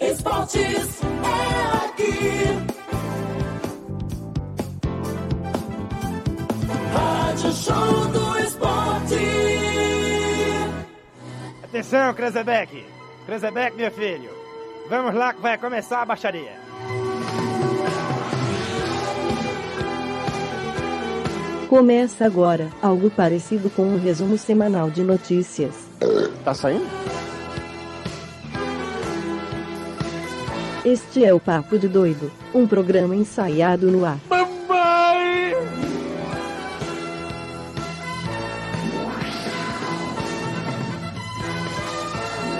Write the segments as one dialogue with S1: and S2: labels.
S1: Esportes é aqui. Rádio Show do Esporte.
S2: Atenção, Cranzebeck! Cranzebeck, meu filho! Vamos lá que vai começar a baixaria!
S3: Começa agora algo parecido com um resumo semanal de notícias.
S4: Tá saindo?
S3: Este é o Papo de Doido, um programa ensaiado no ar.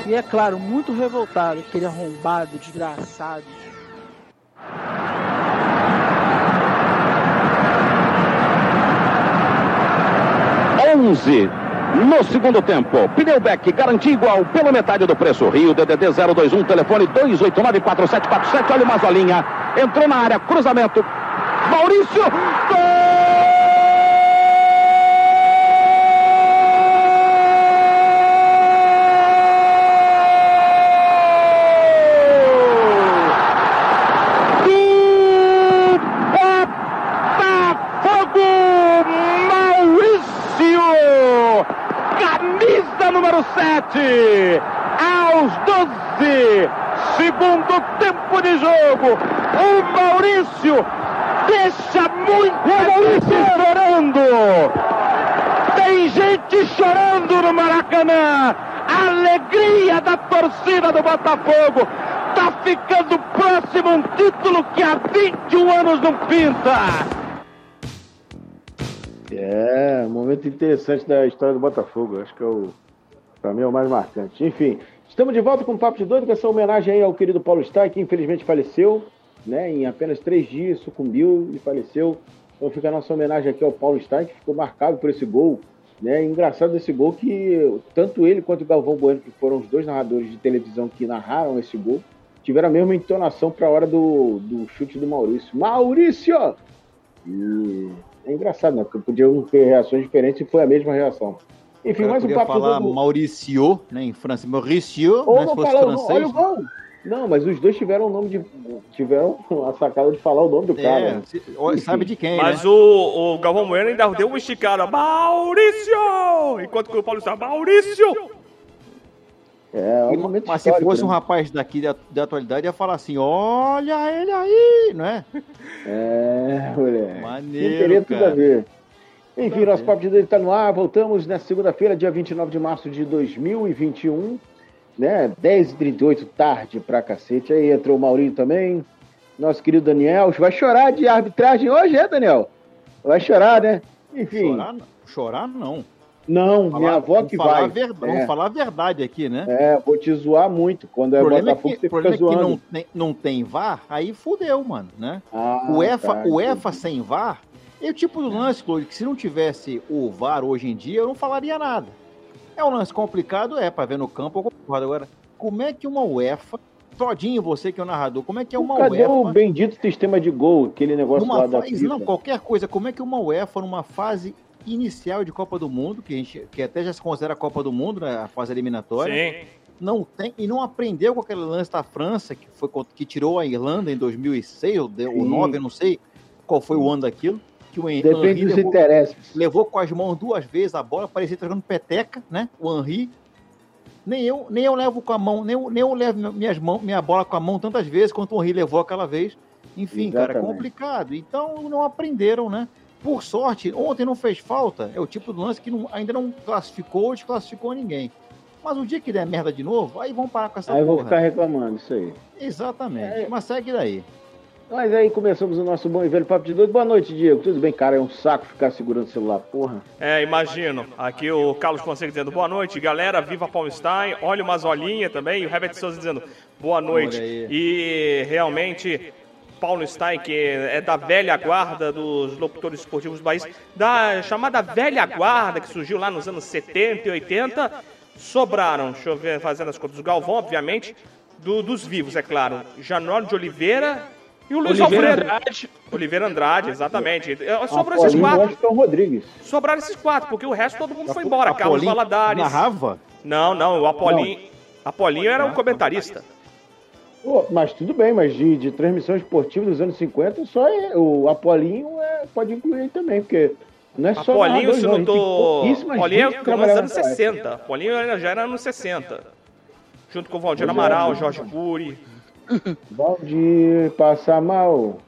S5: E é claro, muito revoltado, aquele arrombado, desgraçado.
S6: No segundo tempo, pneu Beck garantia igual pela metade do preço. Rio DDD 021, telefone 2894747. Olha o Mazolinha. Entrou na área, cruzamento. Maurício. Gol! Do Botafogo, Maurício! Camisa número 7, aos 12, segundo tempo de jogo, o Maurício deixa muito gente chorando! Tem gente chorando no Maracanã! A alegria da torcida do Botafogo! Tá ficando próximo um título que há 21 anos não pinta!
S4: É, um momento interessante da história do Botafogo. Acho que é o. Pra mim é o mais marcante. Enfim, estamos de volta com o Papo de Doido, com essa homenagem aí ao querido Paulo Stein, que infelizmente faleceu, né? Em apenas três dias, sucumbiu e faleceu. Então fica a nossa homenagem aqui ao Paulo Stein, que ficou marcado por esse gol. Né? Engraçado esse gol que tanto ele quanto o Galvão Bueno, que foram os dois narradores de televisão que narraram esse gol, tiveram a mesma entonação para a hora do, do chute do Maurício. Maurício! E é engraçado, né? Porque podiam ter reações diferentes e foi a mesma reação. Enfim,
S7: Eu
S4: mais um
S7: podia
S4: papo
S7: falar
S4: do-
S7: Mauricio, né, em França. Mauricio,
S4: Ou
S7: né, se
S4: não
S7: fosse
S4: falar o nome,
S7: francês.
S4: olha o gol. Não, mas os dois tiveram o nome de. Tiveram a sacada de falar o nome do cara. né?
S7: é, se- olha, sabe de quem,
S8: Mas
S7: né?
S8: o, o Galvão Bueno ainda deu uma esticada. Maurício! Enquanto que o Paulo está, Maurício!
S4: É, é um
S7: E-
S4: momento
S7: Mas se
S4: histórico,
S7: fosse um
S4: né?
S7: rapaz daqui da, da atualidade, ia falar assim, olha ele aí, não é?
S4: É, moleque. Não teria
S7: Maneiro,
S4: tudo a
S7: cara. É.
S4: ver. Enfim, nosso papo de doido está no ar. Voltamos na segunda-feira, dia 29 de março de 2021. Né? 10h38, tarde pra cacete. Aí entrou o Maurinho também. Nosso querido Daniel. Vai chorar de arbitragem hoje, é, Daniel? Vai chorar, né? Enfim.
S7: Chorar, não- chorar não.
S4: Não, minha avó
S7: vamos
S4: que
S7: falar
S4: vai.
S7: a verdade-
S4: É.
S7: Vamos falar a verdade aqui, né?
S4: É, vou te zoar muito. Quando é
S7: o problema é
S4: Botafogo,
S7: que,
S4: você
S7: o problema
S4: fica
S7: é que
S4: zoando.
S7: não, tem, não tem VAR, aí fudeu, mano, né?
S4: Ah,
S7: O EFA,
S4: tá,
S7: o EFA sem VAR é o tipo do lance, Claudio, que se não tivesse o VAR hoje em dia, eu não falaria nada. É um lance complicado, é, pra ver no campo, eu concordo. Agora, como é que uma UEFA, todinho você que é o narrador, como é que é uma
S4: Cadê o
S7: UEFA,
S4: bendito sistema de gol, aquele negócio lá
S7: numa
S4: da
S7: fase,
S4: FIFA?
S7: não, qualquer coisa, como é que uma UEFA, numa fase inicial de Copa do Mundo, que, a gente, que até já se considera a Copa do Mundo, né, a fase eliminatória,
S8: Sim.
S7: não tem e não aprendeu com aquele lance da França que foi contra- que tirou a Irlanda em 2006 ou de- ou
S4: Sim.
S7: 9, eu não sei qual foi o ano daquilo, que o Hen-
S4: Depende
S7: Henry
S4: dos
S7: levou,
S4: interesses.
S7: levou com as mãos duas vezes a bola, parecia trocando peteca, né? O Henry nem eu, nem eu levo com a mão, nem eu, nem eu levo mi- minhas mão, minha bola com a mão tantas vezes quanto o Henry levou aquela vez. Enfim, cara, é
S4: Exatamente.
S7: complicado. Então não aprenderam, né? Por sorte, ontem não fez falta. É o tipo de lance que não- ainda não classificou ou desclassificou ninguém. Mas o dia que der merda de novo, aí vão parar com essa
S4: Aí eu vou
S7: porra.
S4: ficar reclamando, isso aí.
S7: Exatamente. Mas segue daí.
S4: Mas aí começamos o nosso bom e velho papo de doido. Boa noite, Diego. Tudo bem, cara? É um saco ficar segurando o celular, porra.
S8: É, imagino. Aqui o Carlos Fonseca dizendo boa noite, galera. Viva Palmstein. Olha o Mazolinha também. E o Herbert Souza dizendo boa noite.
S7: Olha aí.
S8: E realmente. Paulo Stein, que é da velha guarda dos locutores esportivos do país, da chamada velha guarda que surgiu lá nos anos 70 e 80, sobraram, deixa eu ver, fazendo as contas do Galvão, obviamente, do- dos vivos, é claro. Janório de Oliveira e o Luiz
S5: Oliveira
S8: Alfredo. Oliveira Andrade, exatamente. Sobrou esses
S4: Paulinho
S8: quatro.
S4: Washington é Rodrigues.
S8: Sobraram esses quatro, porque o resto todo mundo foi embora. Carlos
S7: Apolinho
S8: Valadares.
S7: Narrava?
S8: Não, não, o Apolinho. Apolinho era um comentarista.
S4: Pô, mas tudo bem, mas de, de transmissão esportiva dos anos 50, só é- o Apolinho é, pode incluir aí também, porque não é só.
S8: Apolinho,
S4: narrador,
S8: se
S4: não,
S8: não
S4: a gente tem
S8: tô.
S4: pouquíssima
S8: Apolinho
S4: gente
S8: é começo dos
S4: que
S7: um
S4: trabalhava
S8: anos
S4: naquela época.
S8: 60. Apolinho era- já era anos 60. Junto com o Valdir
S4: Pois é,
S8: Amaral,
S4: né?
S8: Jorge Cury.
S4: Valdir, passar mal.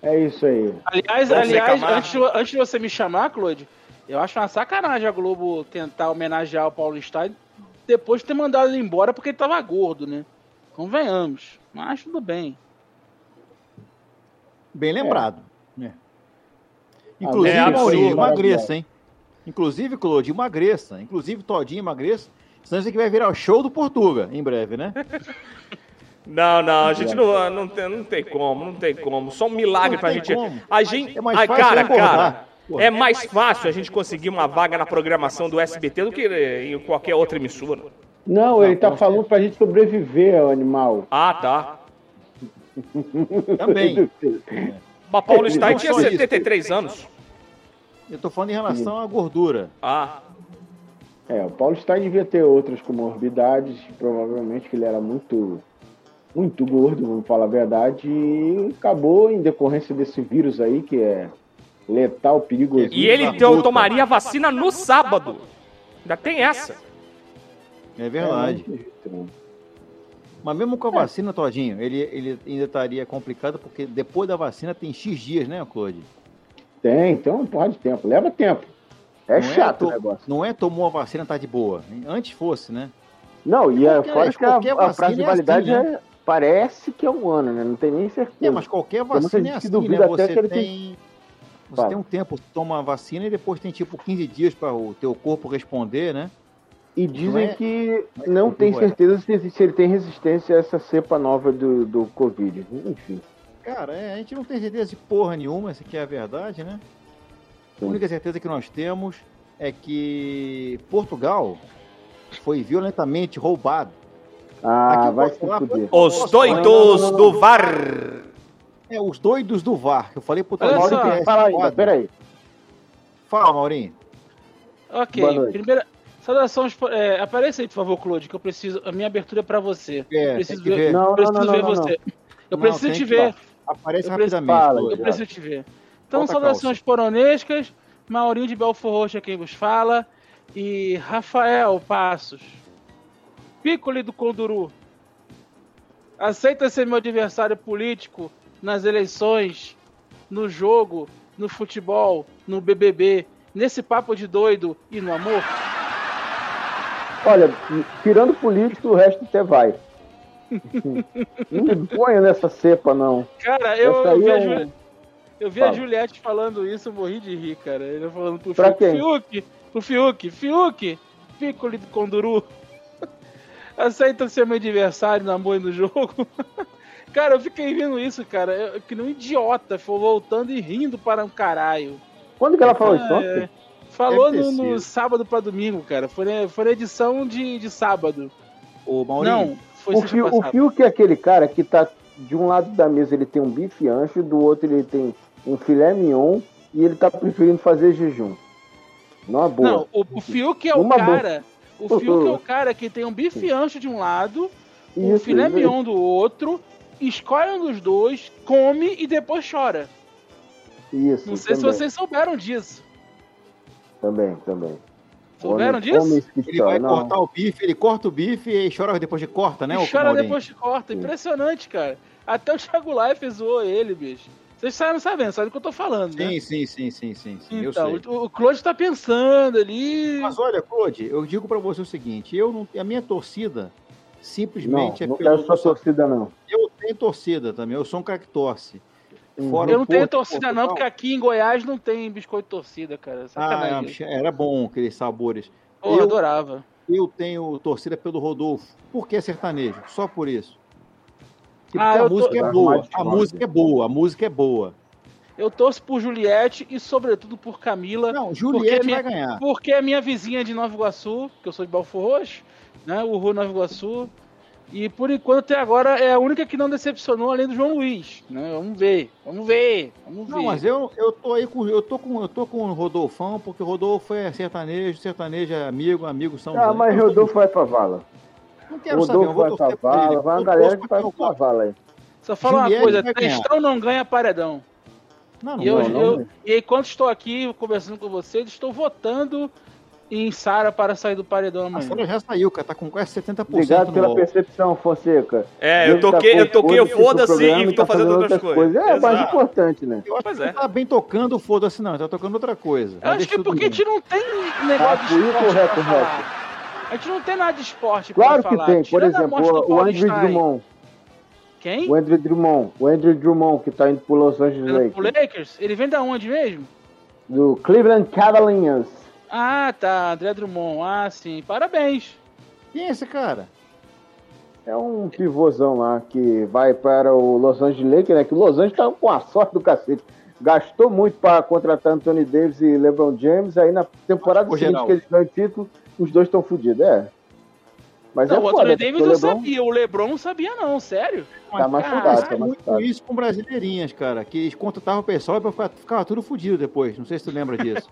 S4: É isso aí.
S5: Aliás,
S8: Vamos
S5: aliás
S8: reclamar.
S5: antes, de- antes de você me chamar, Claude, eu acho uma sacanagem a Globo tentar homenagear o Paulo Stein depois de ter mandado ele embora porque ele tava gordo, né? Convenhamos. Mas tudo bem.
S7: Bem lembrado. né?
S4: É,
S7: Inclusive,
S8: absurdo,
S7: Maurinho,
S4: maravilhoso.
S7: emagreça, hein? Inclusive, Claude, emagreça. Inclusive, Todinho, emagreça. Senão isso aqui vai virar o show do Portuga em breve,
S8: É
S7: né?
S8: Não, não, a gente não, não, tem, não tem como, não tem como. Só um milagre
S7: Não
S8: pra
S7: tem
S8: gente.
S7: como.
S8: A gente.
S7: É mais
S8: ai,
S7: fácil
S8: cara,
S7: acordar.
S8: cara.
S7: Pô.
S8: É mais fácil a gente conseguir uma vaga na programação do SBT do que eh, em qualquer outra emissora.
S4: Não, ele tá falando pra gente sobreviver ao animal.
S8: Ah, tá.
S7: Também.
S8: Mas Paulo Stein
S7: É, Não
S8: tinha
S7: só isso.
S8: 73 anos.
S7: Eu tô falando em relação à gordura.
S8: Ah,
S4: É, o Paulo Stein devia ter outras comorbidades, provavelmente que ele era muito muito gordo, vamos falar a verdade, e acabou em decorrência desse vírus aí que é letal, perigoso.
S8: e ele
S7: Filho da
S8: to-
S7: puta.
S8: tomaria a vacina no sábado. Ainda tem essa.
S7: É
S4: É,
S7: verdade.
S4: não tem jeito,
S7: Mas mesmo com a vacina, Todinho, ele, ele ainda estaria complicado porque depois da vacina tem X dias, né, Claude?
S4: não. Tem, então porra de tempo, leva tempo. É
S7: Não é
S4: chato
S7: to-
S4: o negócio.
S7: Não é tomou a vacina, tá de boa. Antes fosse, né?
S4: Não, e é,
S7: Qualquer-
S4: fora que a,
S7: qualquer
S4: a
S7: vacina
S4: prazo de
S7: é
S4: validade
S7: assim,
S4: é- parece que é um ano, né? Não tem nem certeza.
S7: É, mas qualquer
S4: muita
S7: vacina é
S4: gente que
S7: assim,
S4: duvida
S7: né?
S4: até que
S7: Você
S4: ele
S7: tem. Você
S4: Fala.
S7: tem um tempo, toma a vacina e depois tem tipo 15 dias para o teu corpo responder, né?
S4: E dizem
S7: é-
S4: que não
S7: não
S4: tem
S7: é.
S4: certeza se, existe- se ele tem resistência a essa cepa nova do, do Covid. Enfim.
S7: Cara, é, a gente não tem certeza de porra nenhuma, essa aqui é a verdade, né? A única certeza que nós temos é que Portugal foi violentamente roubado.
S4: Ah,
S7: Aqui eu
S4: vai
S7: posso
S4: se
S7: falar,
S4: fuder.
S8: Os
S5: então.
S8: doidos do VAR.
S7: É, os doidos do VAR, que eu falei pro
S5: Olha
S7: Todinho
S5: só,
S7: que é esse
S4: Fala ainda,
S7: quadro.
S4: peraí.
S7: Fala, Maurinho.
S5: Ok.
S4: Boa noite.
S5: Primeira. Saudação. espo- É, aparece aí, por favor, Claude, que eu preciso. A minha abertura é pra você.
S7: É,
S5: preciso
S7: tem que
S5: ver,
S7: ver.
S4: Não,
S5: preciso
S4: não, não,
S5: ver
S4: não, não.
S5: você. Eu
S7: Não,
S5: preciso
S7: tem
S5: te
S7: que
S5: ver.
S7: Aparece
S5: Eu preciso-
S7: rapidamente.
S4: Fala,
S7: Claude.
S5: Eu preciso te ver. Então,
S7: Falta
S5: saudações poronescas, Maurinho de Belfor Roxo é quem vos fala, e Rafael Passos, Piccoli do Conduru. Aceita ser meu adversário político nas eleições, no jogo, no futebol, no BBB, nesse papo de doido e no amor?
S4: Olha, tirando político, o resto até vai. não me ponha nessa cepa, não.
S5: Cara, eu,
S4: Essa
S5: eu
S4: aí
S5: vi, a,
S4: é
S5: Ju-
S4: um-
S5: eu vi a
S4: Fala.
S5: Juliette falando isso, eu morri de rir, cara. Ele falando pro
S4: Pra
S5: Fiuk,
S4: quem?
S5: Fiuk, pro Fiuk, Fiuk, Piccoli do Conduru. Aceita ser meu adversário no amor e no jogo. cara, eu fiquei vendo isso, cara. Eu, que nem um idiota, foi voltando e rindo para um caralho.
S4: Quando que ela falou isso?
S5: Ah,
S4: ontem?
S5: é. Falou
S7: Deve
S5: no,
S7: ter
S5: no
S7: sido.
S5: sábado pra domingo, cara. Foi, na- foi na edição de, de sábado.
S7: Ô, Maurinho,
S5: Não, foi
S4: O
S5: sexta
S4: Fio, o
S5: passada.
S4: Fio que é aquele cara que tá de um lado da mesa ele tem um bife ancho, do outro ele tem um filé mignon e ele tá preferindo fazer jejum. Numa boa.
S5: Não, o, o Fiuk é o
S4: Uma boa.
S5: cara. O Fiuk é o cara que tem um bife ancho de um lado, o
S4: Isso,
S5: um filé
S4: isso.
S5: mignon do outro, escolhe um dos dois, come e depois chora.
S4: Isso,
S5: Não sei
S4: também,
S5: se vocês souberam disso.
S4: Também, também.
S5: Souberam
S4: Homens-
S5: disso?
S4: homens que
S7: ele vai
S4: choram, Então, não.
S7: cortar o bife, ele corta o bife e chora depois de corta, né?
S5: e
S7: o
S5: chora
S7: Maurinho?
S5: depois que corta.
S4: Sim.
S5: Impressionante, cara. Até o Thiago Life zoou ele, bicho. Vocês saíram sabendo, sabem do que eu tô falando, né?
S7: Sim, sim, sim, sim, sim. sim eu
S5: Então,
S7: sei.
S5: o o Claude tá pensando ali.
S7: Mas olha, Claude, eu digo pra você o seguinte: eu não, a minha torcida
S4: Não,
S7: simplesmente
S4: não
S7: é pelo.
S4: quero sua torcida, não.
S7: Eu tenho torcida também, eu sou um cara que torce.
S4: Uhum.
S7: Fora
S5: eu
S7: o
S5: não tenho
S7: Porto,
S5: torcida, não,
S7: Portugal.
S5: porque é aqui em Goiás não tem biscoito de torcida, cara.
S7: Ah,
S5: Sacanagem.
S7: era bom aqueles sabores.
S5: Pô, eu
S7: eu-
S5: adorava.
S7: Eu tenho torcida pelo Rodolfo, porque é sertanejo, só por isso. E Porque
S5: Ah, eu
S7: a
S5: tô-
S7: música é
S4: Tá
S7: boa,
S4: mais de
S7: a
S4: moda.
S7: música é boa, a música é boa.
S5: Eu torço por Juliette e, sobretudo, por Camila,
S7: Não, Juliette
S5: minha-
S7: vai ganhar.
S5: porque é minha vizinha de Nova Iguaçu, que eu sou de Balfor Roxo, né? O Rua Nova Iguaçu. E por enquanto, até agora, é a única que não decepcionou, além do João Luiz. Né? Vamos ver, vamos ver, vamos ver.
S7: Não, mas eu, eu tô aí com eu tô com eu tô com o Rodolfão, porque o Rodolfo é sertanejo, sertanejo é amigo, amigos são
S4: Ah,
S7: os-
S4: mas
S7: eu tô-
S4: Rodolfo vai pra vala.
S7: Não
S4: O
S7: quero saber, eu
S4: Rodolfo
S7: vou
S4: vai
S7: torcer
S4: pra
S7: pra ele.
S4: vala, vai uma
S7: Eu um
S4: galera
S7: torço
S4: que
S7: pra
S4: vai
S7: quem eu
S4: pra
S7: gosto.
S4: vala aí.
S5: Só falar uma
S7: Juliette
S5: coisa,
S7: vai ganhar.
S5: cristão não ganha paredão.
S7: Não, não,
S5: e, eu,
S7: vai, não.
S5: eu-
S4: velho.
S5: e enquanto estou aqui conversando com vocês, estou votando em Sara para sair do paredão
S7: A
S5: amanhã.
S7: Sara já saiu, cara, tá com quase 70%
S4: Obrigado
S7: no
S4: pela
S7: UOL.
S4: percepção, Fonseca.
S8: É, eu
S4: Ele tá
S8: toquei, eu
S4: com
S8: toquei o
S4: foda-se pro
S8: foda-se
S4: programa
S8: e tô
S4: tá
S8: fazendo outras coisas.
S4: É, o mais
S8: Exato.
S4: importante, né?
S7: Eu acho
S8: Pois
S7: que
S8: é.
S7: não tá bem tocando, foda-se não, ele tá tocando outra coisa.
S5: Eu acho que é porque a gente não tem negócio de
S4: Rato,
S5: esporte
S4: Ah, isso,
S5: pra
S4: Reto,
S5: falar. A gente não tem nada de esporte
S4: Claro
S5: pra
S4: que
S5: falar.
S4: tem, por
S5: Tirando a
S4: exemplo,
S5: morte do
S4: o, o
S5: Paulo
S4: Andrew
S5: Stein.
S4: Drummond.
S5: Quem?
S4: O Andrew Drummond. O Andrew Drummond, que tá indo pro Los Angeles
S5: Pelo- pro
S4: Lakers.
S5: Lakers? Ele vem da onde mesmo?
S4: Do Cleveland Cavaliers.
S5: Ah, tá, André Drummond. Ah, sim. Parabéns. tipo-
S7: Quem é esse cara?
S4: É um pivôzão lá que vai para o Los Angeles Lakers, né? Que o Los Angeles tá com a sorte do cacete. Gastou muito para contratar Anthony Davis e LeBron James. Aí na temporada
S7: Ô,
S4: seguinte
S7: Geraldo.
S4: que eles ganham o título, os dois estão fodidos, é. Mas
S5: não,
S4: é
S5: o
S4: foda,
S5: Anthony
S4: porque
S5: Davis
S4: o
S5: eu
S4: LeBron
S5: sabia, o Lebron não sabia, não, sério.
S4: Tá
S5: Ah,
S4: machucado,
S7: Faz
S4: tá
S7: muito
S4: machucado.
S7: isso com brasileirinhas, cara, que eles contratavam o pessoal pra ficar, ficava tudo fudido depois. Não sei se tu lembra disso.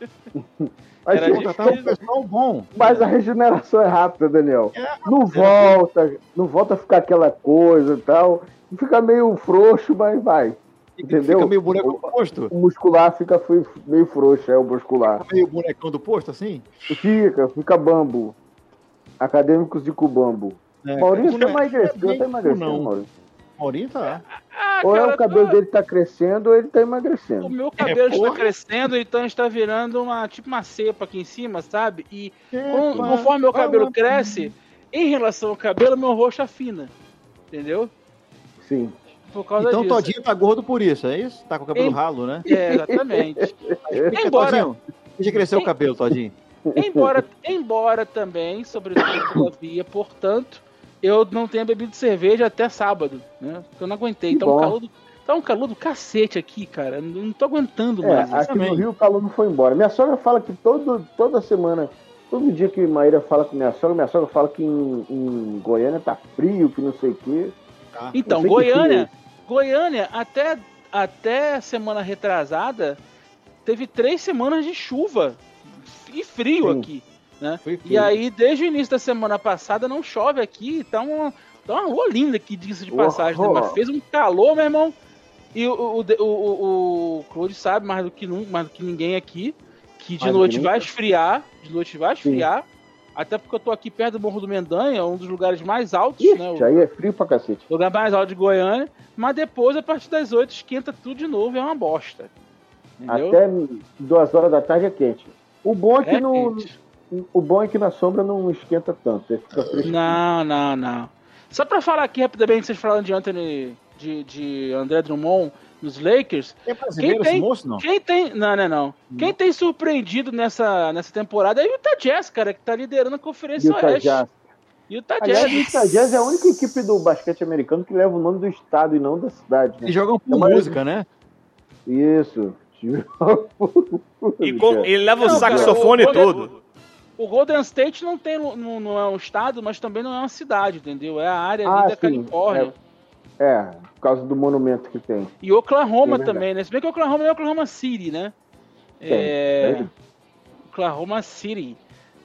S4: Mas,
S5: Era
S4: eu-
S5: difícil.
S7: Contratavam um pessoal bom.
S4: mas a regeneração é rápida, Daniel.
S7: É,
S4: Não volta, não volta a ficar aquela coisa e tal. Fica meio frouxo, mas vai.
S7: Fica-
S4: Entendeu?
S7: Fica meio bonecão do posto.
S4: O muscular fica fui- meio frouxo, é o muscular.
S7: Fica meio bonecão do posto, assim.
S4: Fica, fica bambo. Acadêmicos de cubambo.
S7: É,
S4: Maurício tá
S7: cara, não é- não
S4: emagrecendo,
S7: é
S4: tá
S7: bem
S4: emagrecendo,
S7: não.
S4: Maurício.
S7: Maurinho tá.
S5: Ah,
S4: Ou é
S5: cara,
S4: o cabelo
S5: tô-
S4: dele tá crescendo ou ele tá
S5: O
S4: emagrecendo.
S5: meu cabelo está
S7: porra.
S5: crescendo, então está virando uma tipo uma cepa aqui em cima, sabe? E
S7: É,
S5: com-
S7: pá.
S5: conforme meu cabelo tá
S7: Ah,
S5: cresce, em relação ao cabelo, meu rosto afina. Entendeu?
S4: Sim.
S5: Por causa
S7: Então
S5: disso.
S7: Todinho tá gordo por isso, é isso? Tá com o cabelo
S5: Ele-
S7: ralo, né?
S5: É, exatamente.
S7: Fica,
S5: Embora-
S7: Todinho, Deixa crescer o cabelo, Todinho.
S5: embora, embora também, sobretudo todavia, portanto, eu não tenha bebido cerveja até sábado, né? Porque eu não aguentei.
S4: Que
S5: Tá um,
S4: bom.
S5: calor do, tá um calor do cacete aqui, cara. Eu Não tô aguentando
S4: É,
S5: mais. isso.
S4: aqui no
S7: também.
S4: Rio o calor não foi embora. Minha sogra fala que todo, toda semana, todo dia que Maíra fala com minha sogra, minha sogra fala que em, em Goiânia tá frio, que não sei o quê.
S7: tá?
S5: Então,
S4: Eu sei que é
S5: Goiânia, Goiânia até, até semana retrasada teve três semanas de chuva e frio
S4: Sim.
S5: aqui, né?
S7: Foi
S5: E
S7: frio.
S5: aí, desde o início da semana passada, não chove aqui, tá uma, tá uma rua linda aqui, diga-se de
S4: Uau.
S5: passagem, né? mas fez um calor, meu irmão. E o, o, o, o- o Claude sabe mais do que, nun- mais do que ninguém aqui que de
S4: Mais do
S5: noite
S4: que
S5: vai
S4: nunca.
S5: esfriar, de noite vai
S4: Sim.
S5: esfriar, até porque eu tô aqui perto do Morro do Mendanha, um dos lugares mais altos,
S4: Ixi,
S5: né? o-
S4: aí é frio pra cacete.
S5: lugar mais alto de Goiânia, mas depois, a partir das 8, esquenta tudo de novo, é uma bosta. Entendeu?
S4: Até duas horas da tarde é quente. O bom é que,
S5: É
S4: não,
S5: quente.
S4: o bom é que na sombra não esquenta tanto. Ele fica fresquinho.
S5: Não, não, não. Só pra falar aqui rapidamente, vocês falaram de Anthony, de, de André Drummond nos Lakers.
S7: É brasileiro
S5: Quem tem-
S7: esse moço, não?
S5: Quem tem. Não, não, não. Quem tem surpreendido nessa, nessa temporada é o Utah Jazz, cara, que tá liderando a Conferência
S4: Utah
S5: Oeste.
S4: Jazz.
S5: Utah
S4: Aliás, o
S5: Jazz.
S4: Utah Jazz é a única equipe do basquete americano que leva o nome do estado e não da cidade. né?
S7: Eles jogam por
S4: Mas-
S7: música, né?
S4: Isso.
S8: E com, ele leva o
S5: Não, cara,
S8: saxofone
S5: o- o-
S8: todo.
S5: O Golden State não, tem, não, não é um estado, mas também não é uma cidade, entendeu? É a área
S4: Ah,
S5: ali da
S4: sim,
S5: Califórnia.
S4: é. É, por causa do monumento que tem.
S5: E Oklahoma
S4: É verdade.
S5: também, né? Se bem que Oklahoma é Oklahoma City, né? É.
S4: sério?
S5: Oklahoma City.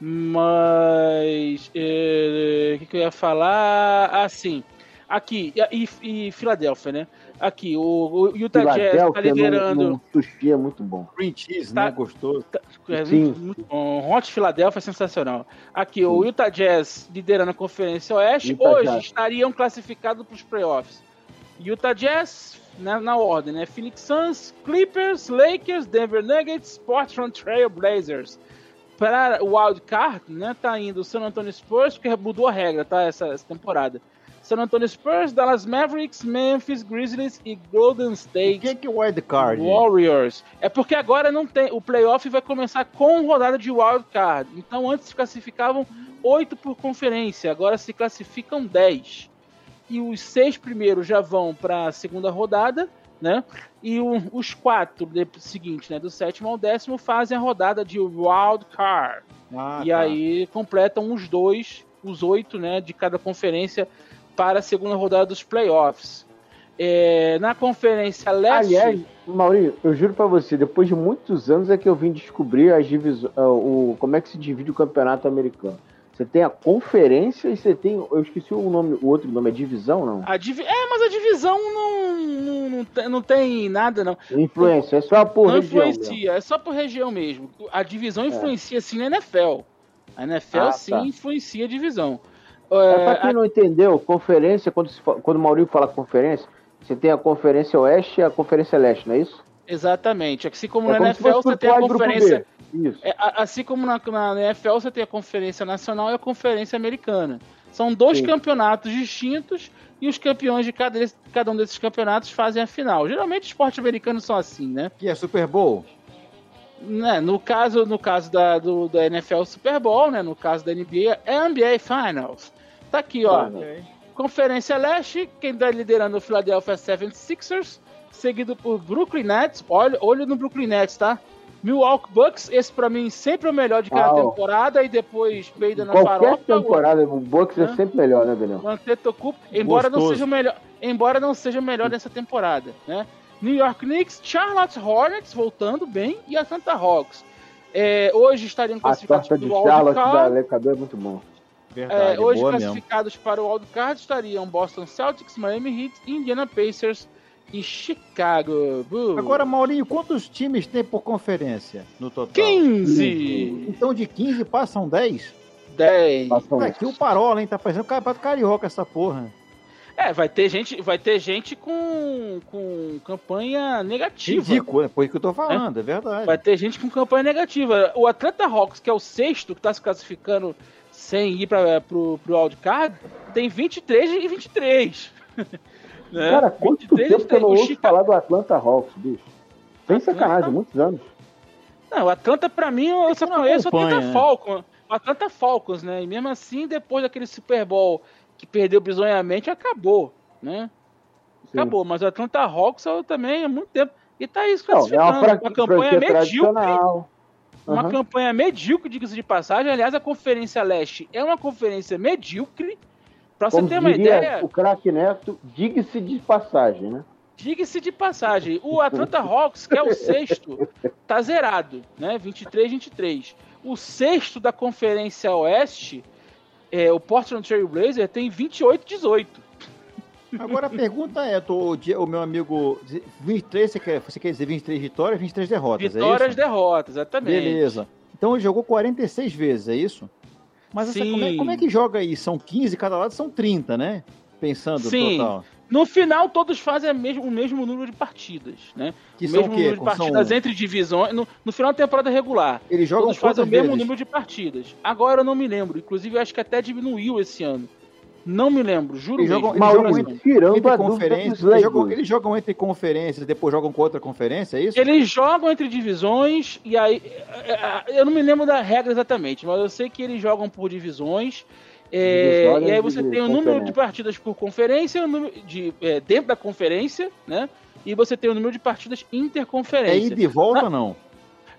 S5: Mas. é, O que, que eu ia falar? Assim. Aqui, e, e- e Filadélfia, né? Aqui, o, o Utah Jazz tá
S4: Filadélfia
S5: liderando.
S4: num, num sushi é muito bom.
S7: Green cheese,
S5: Tá.
S7: né? Gostoso.
S5: É,
S4: Sim.
S5: muito- muito bom. Hot Philadelphia é sensacional. Aqui, o Utah Jazz liderando a Conferência Oeste.
S4: Utah
S5: hoje
S4: Jazz.
S5: estariam classificados para os playoffs. Utah Jazz, né, na ordem, né? Phoenix Suns, Clippers, Lakers, Denver Nuggets, Portland Trail Blazers. Para o Wild Card, né? Tá indo o San Antonio Spurs, porque mudou a regra, tá? Essa, essa temporada. San Antonio Spurs, Dallas Mavericks, Memphis Grizzlies e Golden
S7: O
S5: State.
S7: que é, que é wild card?
S5: Warriors. É porque agora não tem. O playoff vai começar com rodada de wild card. Então antes se classificavam 8 por conferência, agora se classificam 10. E os seis primeiros já vão para a segunda rodada, né? E o- os quatro de- seguintes, né? Do sétimo ao décimo, fazem a rodada de wild card.
S7: Ah,
S5: e
S7: tá.
S5: aí completam os dois, os oito, né, de cada conferência para a segunda rodada dos playoffs. É, na conferência leste.
S4: Aliás, Maurinho, eu juro pra você, depois de ah, muitos anos é que eu vim descobrir as divisões, o, como é que se divide o campeonato americano. Você tem a conferência e você tem. Eu esqueci o nome, o outro nome, é divisão, não?
S5: A divi... É, mas a divisão não, não, não, tem, não tem nada, não.
S4: Influência, é só por
S5: não
S4: região.
S5: influencia,
S4: mesmo. É.
S5: é só por região mesmo. A divisão influencia sim na NFL. A NFL
S4: Ah,
S5: sim
S4: tá.
S5: influencia a divisão.
S4: É, pra
S5: É,
S4: quem não entendeu, conferência, quando, se fa- quando o Maurício fala conferência, você tem a conferência oeste e a conferência leste, não é isso?
S5: exatamente. Assim como
S4: é
S5: na
S4: como se
S5: NFL
S4: fosse
S5: você tem a
S4: futebol e grupo
S5: conferência.
S4: B. Isso.
S5: é, a- assim como na, na NFL você tem a conferência nacional e a conferência americana. São dois
S4: Sim.
S5: campeonatos distintos e os campeões de cada, desse- cada um desses campeonatos fazem a final. Geralmente esporte americano são assim, né?
S7: Que é Super Bowl.
S5: né, no caso, no caso da, do, da NFL Super Bowl, né, no caso da NBA, é NBA Finals. Tá aqui, ó.
S4: né?
S5: Conferência Leste, quem tá liderando o Philadelphia 76ers, seguido por Brooklyn Nets, olho, olho no Brooklyn Nets, tá? Milwaukee Bucks, esse pra mim sempre é o melhor de cada
S4: Uau.
S5: temporada, e depois peida na
S4: Qualquer
S5: farofa.
S4: temporada, o Bucks é
S5: Hã?
S4: sempre melhor, né, Daniel?
S5: Antetokounmpo, embora não
S7: Gostoso.
S5: seja o melhor, embora não seja o melhor dessa temporada, né? New York Knicks, Charlotte Hornets voltando bem e Atlanta Hawks. É, hoje estariam
S4: A
S5: classificados
S4: torta
S5: para
S4: de
S5: o
S4: Charlotte da
S5: wildcard.
S4: Lecador é muito bom.
S7: Verdade,
S5: É, hoje
S7: boa mesmo.
S5: classificados para o wildcard estariam Boston Celtics, Miami Heat, Indiana Pacers e Chicago. Bulls.
S7: Agora, Maurinho, quantos times tem por conferência no total?
S5: 15,
S7: Então de 15 passam 10?
S5: 10.
S4: Passam
S7: Aqui o Parola, hein? Tá parecendo campeonato carioca essa porra.
S5: É, vai ter gente, vai ter gente com, com campanha negativa.
S7: Ridículo, né? Por isso que eu tô falando, é, verdade.
S5: Vai ter gente com campanha negativa. O Atlanta Hawks, que é o sexto que tá se classificando sem ir para pro, pro wildcard, tem 23 e 23. né?
S4: Cara, quanto
S5: 23
S4: tempo que eu não
S5: o
S4: ouço
S5: Chica-
S4: falar do Atlanta Hawks, bicho? Sem sacanagem,
S5: Atlanta?
S4: muitos anos.
S5: Não, o Atlanta, pra mim, eu só
S7: não
S5: conheço o
S7: acompanha,
S5: Atlanta
S7: né?
S5: Falcons. O Atlanta Falcons, né? E mesmo assim, depois daquele Super Bowl que perdeu bizonhamente, acabou, né?
S4: Sim.
S5: Acabou. Mas o Atlanta Hawks eu também há muito tempo. E tá isso
S4: Não, é
S5: classificando.
S4: uma fra-
S5: uma campanha
S4: franquia
S5: medíocre.
S4: tradicional.
S5: Uma
S4: Aham.
S5: campanha medíocre, diga-se de passagem. Aliás, a Conferência Leste é uma conferência medíocre. Pra você
S4: Como
S5: ter uma
S4: diria
S5: ideia,
S4: o craque Neto, diga-se de passagem, né?
S5: diga-se de passagem, o Atlanta Hawks, que é o sexto, tá zerado, né? 23, 23. O sexto da Conferência Oeste, é, o Portland Trail Blazer, tem 28, 18.
S7: Agora a pergunta é, tô- o, dia- o meu amigo, 23, você quer, você quer dizer 23 vitórias, 23 derrotas, é
S5: Vitórias,
S7: isso?
S5: derrotas, exatamente.
S7: Beleza. Então ele jogou 46 vezes, é isso? Mas essa-
S5: Sim.
S7: como, é, como é que joga aí? São 15, cada lado são 30, né? Pensando
S5: Sim.
S7: no total.
S5: No final, todos fazem a mesmo- o mesmo número de partidas, né?
S7: Que
S5: o
S7: são
S5: mesmo
S7: o quê?
S5: número de partidas
S7: São,
S5: entre divisões. No, no final da temporada regular.
S7: eles jogam
S5: Todos fazem o
S7: quantas
S5: mesmo
S7: vezes?
S5: número de partidas. Agora eu não me lembro. Inclusive, eu acho que até diminuiu esse ano. Não me lembro, juro
S7: Eles
S5: mesmo. assim,
S7: jogam- eles
S5: Mas
S7: jogam
S5: eles-
S4: Maurício, tirando
S7: Entre
S4: a dúvida dos
S7: conferências, eles jogam,
S4: Lakers.
S7: eles jogam entre conferências, depois jogam com outra conferência, é isso?
S5: Eles jogam entre divisões e aí. é, é, é, Eu não me lembro da regra exatamente, mas eu sei que eles jogam por divisões. é,
S4: Divisórias
S5: e aí você
S4: de
S5: tem o número de
S4: conferência.
S5: partidas por conferência, o número de, é, dentro da conferência, né? E você tem o número de partidas
S7: É
S5: interconferência.
S7: ida e volta
S5: Ah,
S7: ou não?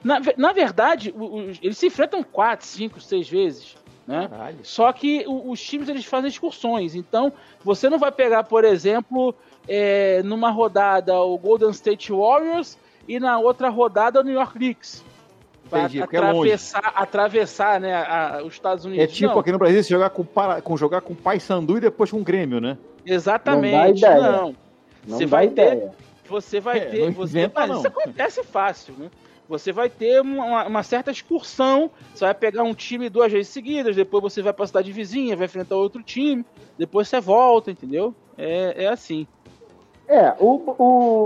S5: Na, ve- na verdade, o- os- eles se enfrentam quatro, cinco, seis vezes, né?
S7: Caralho.
S5: Só que o- os times eles fazem excursões. Então, você não vai pegar, por exemplo, é, numa rodada o Golden State Warriors e na outra rodada o New York Knicks. Pra
S7: Entendi, porque é longe.
S5: atravessar, atravessar né, a- a- os Estados Unidos.
S7: É tipo
S5: Não,
S7: aqui no Brasil, você jogar com, para, com, jogar com Paysandu e depois com o Grêmio, né?
S5: Exatamente.
S4: ideia.
S5: Não,
S4: Não
S5: Você
S4: dá
S5: vai ter-
S4: ideia.
S5: Você vai
S7: É,
S5: ter.
S7: não
S5: você,
S7: inventa,
S5: mas
S7: não.
S5: Isso acontece fácil, né? Você vai ter uma, uma certa excursão. Você vai pegar um time duas vezes seguidas, depois você vai pra cidade vizinha, vai enfrentar outro time, depois você volta, entendeu? É, é assim.
S4: É, o,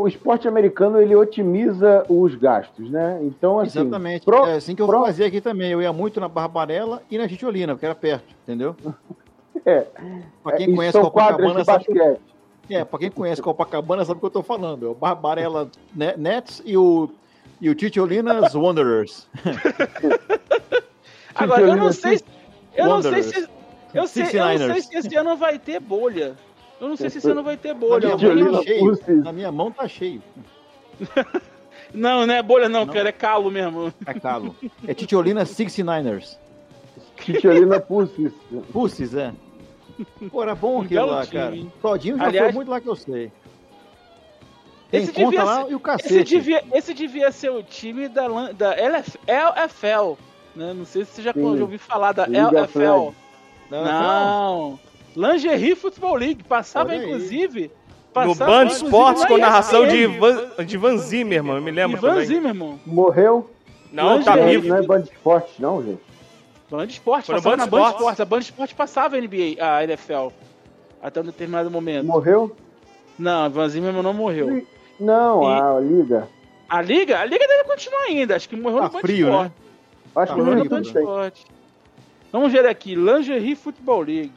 S4: o esporte americano ele otimiza os gastos, né? Então, assim.
S7: Exatamente.
S4: pro-
S7: é assim que eu
S4: pro-
S7: fazia aqui também. Eu ia muito na Barbarella e na Gitiolina, porque era perto, entendeu?
S4: É.
S7: Pra quem
S4: isso
S7: conhece
S4: são quadras
S7: Copacabana,
S4: de
S7: sabe,
S4: basquete.
S7: é, pra quem conhece Copacabana sabe o que eu tô falando. É o Barbarella Ne- Nets e o, e o Titiolina's Wanderers.
S5: Agora, eu não
S4: Carolina
S5: sei. se- Eu não sei
S7: Wanderers.
S5: se. Eu, sei, eu não sei
S7: 69ers.
S5: se esse ano vai ter bolha. Eu não sei se esse ano vai ter bolha.
S7: Olha,
S4: Titiolina
S7: Titiolina
S5: Bolha-
S7: tá cheio.
S4: Pussies.
S7: Na minha mão tá cheio.
S5: Não, não é bolha, não,
S7: Não.
S5: cara. É calo mesmo.
S7: É calo. É Titiolina 69ers.
S4: Titiolina Pussies.
S7: Pussis, é. Pô, era bom
S5: Um
S7: aquilo
S5: belo
S7: lá,
S5: time,
S7: cara.
S5: hein?
S7: Todinho já
S5: Aliás-
S7: foi muito lá que eu sei. Tem
S5: Esse
S7: conta
S5: devia
S7: lá e o
S5: Esse
S7: cacete.
S5: devia, esse devia ser o time da, lan- da LF LFL. Né? Não sei se você já
S4: Sim.
S5: ouviu falar da
S4: Liga
S5: LFL. Não. Lingerie Football League. Passava,
S7: Olha aí.
S5: inclusive.
S8: No
S5: passava,
S8: Band
S5: inclusive, é
S8: Sports
S5: na
S8: com narração de
S5: ESPN.
S8: Van, de Van Zimmerman, eu me lembro
S5: Ivan
S8: também.
S5: Zimmerman.
S4: Morreu?
S8: Não, tá
S5: Langerie.
S4: Não,
S8: vivo.
S4: não é Band Esporte, não, gente.
S5: Band Esporte,
S8: Foi no
S5: passava
S8: Band
S5: na Band
S8: Sports.
S5: Esporte. A Band Esporte passava a NBA, a NFL. Até um determinado momento.
S4: Morreu?
S5: Não, Ivan Zimmerman não morreu.
S4: Não,
S5: E-
S4: a Liga.
S5: A Liga? A Liga deve continuar ainda. Acho que morreu
S7: Tá
S5: no Band
S7: frio,
S4: né?
S5: Esporte.
S4: Acho
S7: Tá,
S4: que não
S5: Morreu
S7: Liga
S5: no
S4: é
S5: Band
S4: tudo bem.
S5: Esporte. Vamos ver aqui. Lingerie Football League.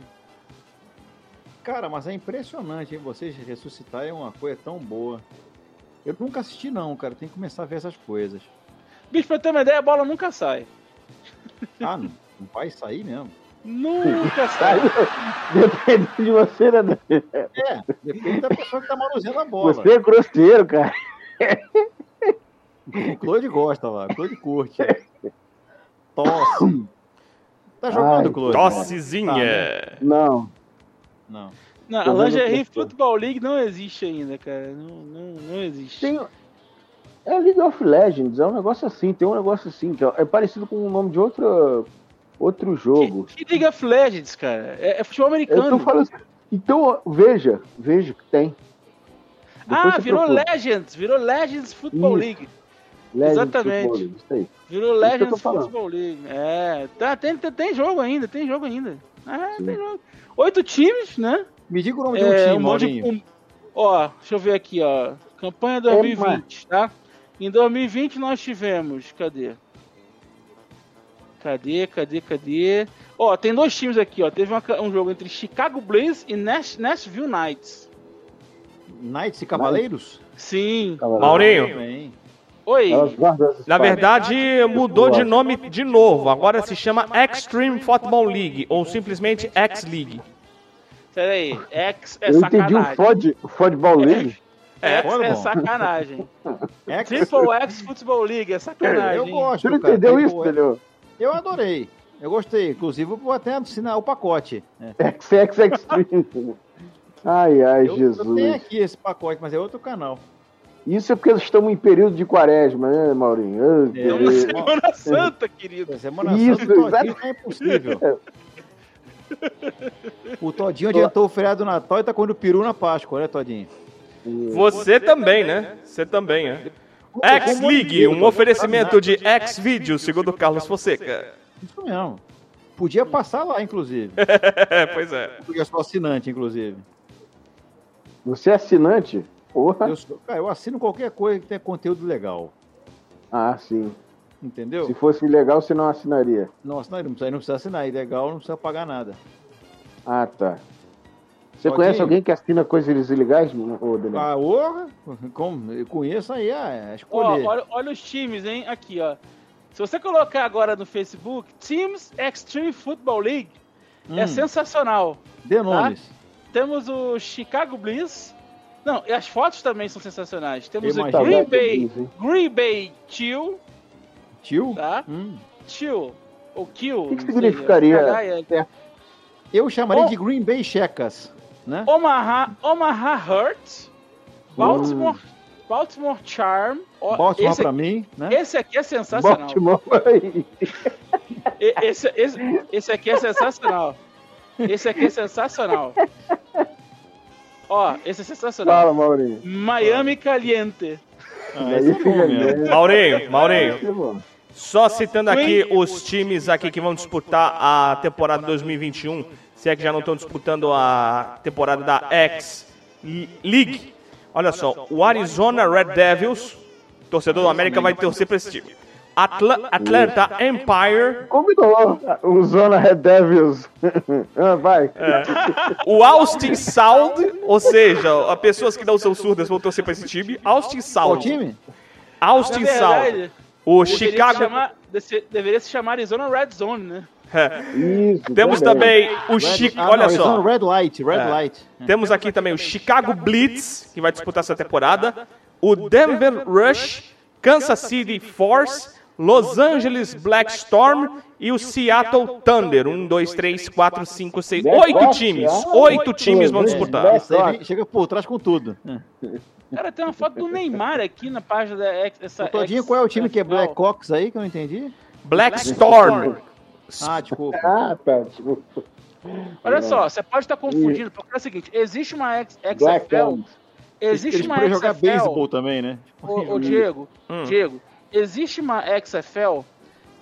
S7: Cara, mas é impressionante, hein? Vocês ressuscitarem uma coisa tão boa. Eu nunca assisti, não, cara. Tem que começar a ver essas coisas.
S5: Bicho, pra ter uma ideia, a bola nunca sai.
S7: Ah, não, não vai sair mesmo.
S5: Nunca sai.
S4: Depende de você, né? Dan?
S7: É, depende da pessoa que tá manuseando a bola.
S4: Você é grosseiro, cara.
S7: O Claude gosta lá, o Claude curte. é. Tosse. Tá jogando,
S4: Ai,
S7: Claude? Tá, né?
S8: Tossezinha.
S4: Não.
S7: Não.
S5: Não, a
S4: Eu vendo
S5: Lingerie
S4: por quê.
S5: Football League não existe ainda, cara. Não, não, não existe.
S4: Tem... É League of Legends, é um negócio assim, tem um negócio assim, que é parecido com o nome de outro, outro jogo.
S5: Que, que League of Legends, cara? É, é futebol
S4: Eu tô
S5: americano.
S4: falando. Então, ó, veja, veja que tem. Depois
S5: Ah,
S4: você
S5: virou
S4: procura.
S5: Legends. Virou Legends Football
S4: Isso.
S5: League.
S4: Legends
S5: exatamente.
S4: Football League, isso aí.
S5: Virou
S4: Isso que eu tô
S5: Legends
S4: falando.
S5: Football League. É, tá, tem, tem, tem jogo ainda, tem jogo ainda. Ah,
S4: Sim.
S5: tem jogo. Oito times, né?
S7: Me diga o nome de um
S5: É,
S7: time,
S5: um monte de-
S7: Maurinho.
S5: um- Ó, deixa eu ver aqui, ó. Campanha 2020, tá? Em 2020 nós tivemos. Cadê? Cadê, cadê, cadê? Ó, tem dois times aqui, ó. Teve uma ca- um jogo entre Chicago Blaze e Nash- Nashville Knights.
S7: Knights e Cavaleiros?
S5: Sim.
S8: Maurinho,
S7: Também.
S5: Oi.
S4: Elas guardam as
S8: na
S4: espadas.
S8: verdade mudou de nome de novo. Agora se chama Extreme Football League, ou simplesmente X-League.
S5: Pera aí. X é
S4: eu entendi um o
S5: sacanagem.
S4: Fod, Fodball
S7: É,
S4: League.
S5: X
S7: Foda,
S5: é
S7: bom.
S5: sacanagem.
S7: É,
S5: Triple X Football League é sacanagem.
S7: eu
S5: hein?
S7: gosto,
S4: Você não
S7: cara.
S4: entendeu
S7: Tem
S4: isso,
S7: boa-
S4: entendeu?
S7: Eu adorei. Eu gostei. Inclusive, eu vou até assinar o pacote. né?
S4: XX Extreme. Ai, ai,
S7: Eu, eu tenho
S4: Jesus.
S7: aqui esse pacote, mas é outro canal.
S4: Isso é porque estamos em período de quaresma, né, Maurinho? Eu-
S7: É,
S5: Uma
S4: eu-
S7: eu-
S5: semana santa, querido.
S7: Essa Semana
S4: Isso,
S7: Santa, o
S4: exato.
S7: Todinho tá impossível. O Todinho adiantou o feriado do Natal e tá comendo peru na Páscoa, né, Todinho?
S8: Você também, né? Você também, é. X-League, um oferecimento de X-Video, segundo Carlos Fonseca.
S7: Isso mesmo. Podia passar lá, inclusive.
S8: É, pois é.
S7: Porque eu sou assinante, inclusive.
S4: Você é assinante? Porra.
S7: Eu, sou- cara, eu assino qualquer coisa que tenha conteúdo legal.
S4: Ah, sim.
S7: Entendeu?
S4: Se fosse legal, você não assinaria.
S7: Nossa, não, aí não precisa, aí não precisa assinar. Ilegal, não precisa pagar nada.
S4: Ah, tá. Você
S7: Todinho.
S4: conhece alguém que assina coisas ilegais, ô, Daniel?
S7: Ah, orra, com, eu conheço aí a a
S5: Ó,
S7: escolher.
S5: olha, olha os times, hein? Aqui, ó. Se você colocar agora no Facebook, Teams Extreme Football League,
S7: Hum,
S5: é sensacional.
S7: Dê nomes.
S5: tá. Temos o Chicago Blitz. Não, e as fotos também são sensacionais. Temos
S7: Eu
S5: o
S7: imagino.
S5: Green
S4: Saudade
S5: Bay,
S4: disso, hein?
S5: Green Bay Chill,
S7: Tio?
S5: tá?
S7: Hum.
S5: Chill, ou Kill.
S4: O que que
S5: não sei,
S4: significaria?
S5: caralho.
S7: Eu chamaria
S5: Oh.
S7: de Green Bay Checas, né?
S5: Omaha, Omaha Hurt, Baltimore,
S4: Hum.
S5: Baltimore Charm. Ó,
S7: Baltimore
S5: esse,
S7: pra mim, né?
S5: esse aqui é sensacional.
S4: Baltimore. aí.
S5: E- Esse, esse, esse aqui é sensacional. Esse aqui é sensacional. Ó, esse é sensacional.
S4: Fala, Maurinho.
S5: Miami Caliente.
S7: Ah,
S4: Aí
S7: esse é
S4: fica
S7: bom mesmo.
S4: bem.
S8: Maurinho, Maurinho,
S4: Isso é bom.
S8: só citando aqui os times aqui que vão disputar a temporada 2021, se é que já não estão disputando a temporada da X-League. Olha só, o Arizona Red Devils, torcedor do América vai torcer para esse time. Atla- Atlanta Empire,
S4: Combinou. O Zona Red Devils. Ah, Vai.
S7: É.
S8: O Austin Sound, ou seja, as pessoas que não são surdas vão torcer pra esse time. Austin
S7: Qual
S8: Sound.
S7: time?
S8: Austin
S5: é
S8: Sound. O
S5: deveria se
S8: Chicago.
S5: chamar- desse- deveria se chamar Arizona Red Zone, né?
S4: Isso.
S8: Temos também o Chico.
S7: Ah,
S8: Olha
S7: não, eles são
S8: só.
S7: Red Light, Red
S8: É.
S7: Light.
S8: Temos aqui também o Chicago Blitz, que vai disputar essa temporada. O Denver Rush. Kansas City Force. Los Angeles Black Storm e o Seattle Thunder. Um, dois, três, quatro, cinco, seis. Oito times. Oito times
S7: É.
S8: vão disputar.
S7: Isso aí vem- chega por trás com tudo.
S5: Cara, tem uma foto do Neymar aqui na página da ex, essa
S7: O Todinho,
S5: ex-
S7: qual é o time que é
S5: final.
S7: Black Ox aí, que eu não entendi?
S8: Black Storm.
S7: Ah, desculpa.
S4: Ah, tá.
S5: Olha só, você pode estar confundindo, porque é o seguinte, existe uma X,
S4: Black
S5: XFL,
S4: Elms.
S5: É, existe
S7: Eles
S5: uma
S7: poderiam jogar
S5: XFL,
S7: beisebol também, né?
S5: Ô, ô, Diego,
S8: Hum.
S5: Diego, existe uma XFL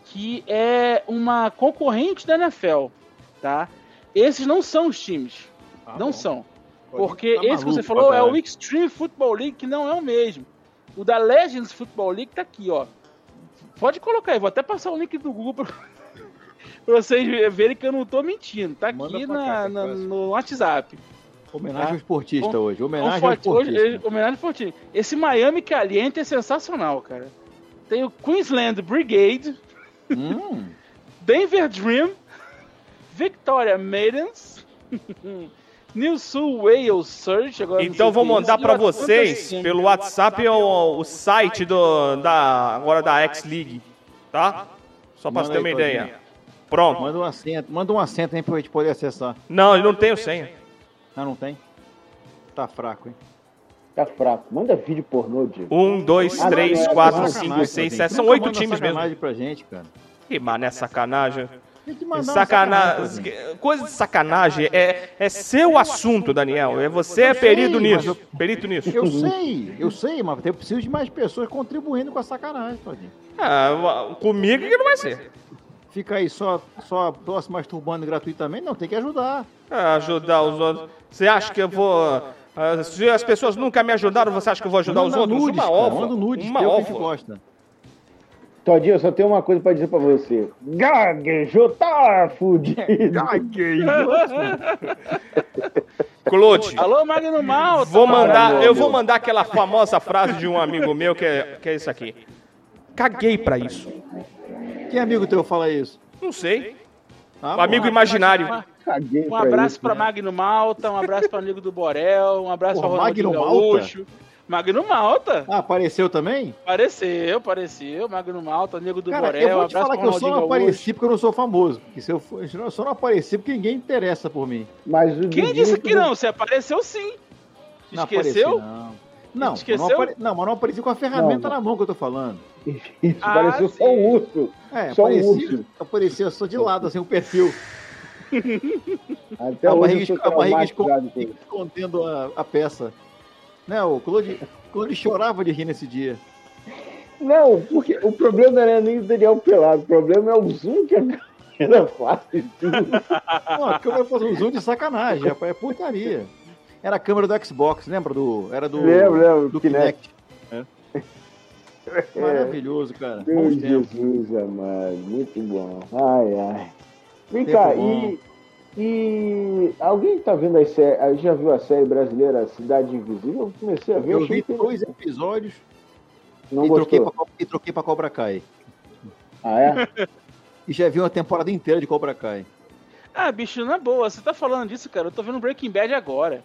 S5: que é uma concorrente da NFL, tá? Esses não são os times,
S7: Ah,
S5: não
S7: bom.
S5: são.
S7: Pode
S5: Porque
S7: tá
S5: esse que
S7: maluco
S5: você
S7: pra
S5: falou é o
S7: caralho.
S5: Extreme Football League, que não é o mesmo. O da Legends Football League tá aqui, ó. Pode colocar aí, vou até passar o link do Google pra, pra vocês verem que eu não tô mentindo. Tá
S7: Manda
S5: aqui
S7: pra
S5: na-
S7: cá, que é
S5: na-
S7: fácil.
S5: no WhatsApp.
S7: Homenagem
S5: tá?
S7: ao esportista
S5: Então,
S7: hoje. Homenagem
S5: Então,
S7: ao
S5: forte- hoje-
S7: esportista.
S5: hoje- homenagem ao Fortini. Esse Miami Caliente é sensacional, cara. Tem o Queensland Brigade,
S7: Hum,
S5: Denver Dream, Victoria Maidens, New Sul Wales Surge. Agora não sei
S8: Então
S5: o
S8: vou
S5: que é
S8: mandar
S5: isso,
S8: para
S5: e outras
S8: vocês
S5: assim.
S8: pelo WhatsApp o, o site do, da agora da X League, tá? Só para
S7: Manda
S8: você ter uma
S7: aí,
S8: ideia.
S7: Claudinha.
S8: Pronto.
S7: manda um assento, manda um assento aí pra gente poder acessar.
S8: Não, eu não tenho senha.
S7: Ah, não tem? Tá fraco, hein?
S4: Tá fraco. Manda vídeo pornô, Diego.
S8: Um, dois,
S4: Ah,
S8: três,
S7: Tá
S4: não, é
S8: quatro,
S4: sacanagem,
S8: cinco, seis, sete.
S7: Nunca
S8: São oito
S7: manda
S8: times mesmo.
S7: sacanagem pra gente, cara.
S8: Que mané sacanagem.
S7: Tem que mandar uma sacanagem pra gente.
S8: Sacanagem. Coisa de sacanagem é, é seu assunto, Daniel. É você é perito
S7: Sim, mas
S8: nisso. Perito nisso.
S7: Eu sei, eu sei, mas eu preciso de mais pessoas contribuindo com a sacanagem, Todinho.
S8: Ah, comigo que não vai ser.
S7: Fica aí só, só, só se masturbando gratuitamente, não, tem que ajudar.
S8: Ah, ajudar os outros. Você acha que eu vou. ah, Se as pessoas nunca me ajudaram, você acha que eu vou ajudar os
S7: Manda
S8: outros?
S7: nudes,
S8: Uma
S7: cara,
S8: ova.
S7: manda nudes,
S8: Uma
S7: tem alguém que
S8: ova.
S7: gosta.
S4: Todinho, eu só tenho uma coisa pra dizer pra você. Gaguejou, tá fudido.
S8: Claude,
S5: Alô, Magno um Mal.
S8: vou
S5: Tamara.
S8: mandar, eu vou mandar aquela famosa frase de um amigo meu que é, que é isso aqui. Caguei pra isso.
S7: Quem é amigo teu fala isso?
S8: Não sei.
S7: Ah,
S8: Um amigo
S7: bom.
S8: imaginário.
S4: Caguei
S5: Um abraço
S4: pra
S8: né?
S5: pra Magno Malta, um abraço pra amigo do Borel, um abraço
S7: Porra,
S5: pra Ronaldinho
S7: Magno Malta?
S5: Gaúcho. Magno Malta,
S7: Ah, apareceu também?
S5: apareceu, apareceu. Magno Malta, amigo do
S7: Cara,
S5: Borel,
S7: eu
S5: um
S7: vou te
S5: abraço
S7: falar
S5: pra
S7: que eu só
S5: Ronaldinho
S7: não
S5: Gaúcho.
S7: apareci porque eu não sou famoso. Porque se eu, for, eu só não apareci porque ninguém interessa por mim.
S4: Mas o
S5: Quem
S4: Didinho
S5: disse que não? Você apareceu sim.
S7: Não
S5: Esqueceu?
S7: Apareci, não. Não,
S5: Esqueceu?
S7: Não, apare... não, mas não apareci com a
S4: Não, não.
S7: ferramenta na mão que eu tô falando.
S4: Isso,
S5: Ah,
S4: pareceu
S5: sim.
S4: só um urso.
S7: É,
S4: Só um
S7: apareci,
S4: urso.
S7: apareci só de lado, assim, o perfil.
S4: Até
S7: a barriga,
S4: hoje eu
S7: esco-
S4: sou
S7: a barriga esco-
S4: traumatizado com isso.
S7: escondendo a, a peça. Né, o Claude, Claude chorava de rir nesse dia.
S4: Não, porque o problema não é nem o Daniel pelado. O problema é o zoom que a galera faz.
S7: Não, a câmera fazia um zoom de sacanagem, rapaz, é putaria. Era a câmera do Xbox, lembra? Do, era do,
S4: Lembro, lembro,
S7: do
S4: Kinect.
S7: Kinect. É. Maravilhoso, cara.
S4: Meu
S7: Bons tempos.
S4: Jesus amado, muito bom. Ai, ai. Vem
S7: Tempo
S4: cá,
S7: bom.
S4: e, e alguém tá vendo a série? Já viu a série brasileira Cidade Invisível? Eu comecei a ver,
S7: Eu
S4: achei
S7: vi
S4: que
S7: dois episódios
S4: não
S7: e, troquei
S4: gostou.
S7: pra, Cobra- e troquei pra Cobra Kai.
S4: Ah, é?
S7: E já vi uma temporada inteira de Cobra Kai. É
S5: Ah, bicho, na boa, você tá falando disso, cara. Eu tô vendo Breaking Bad agora.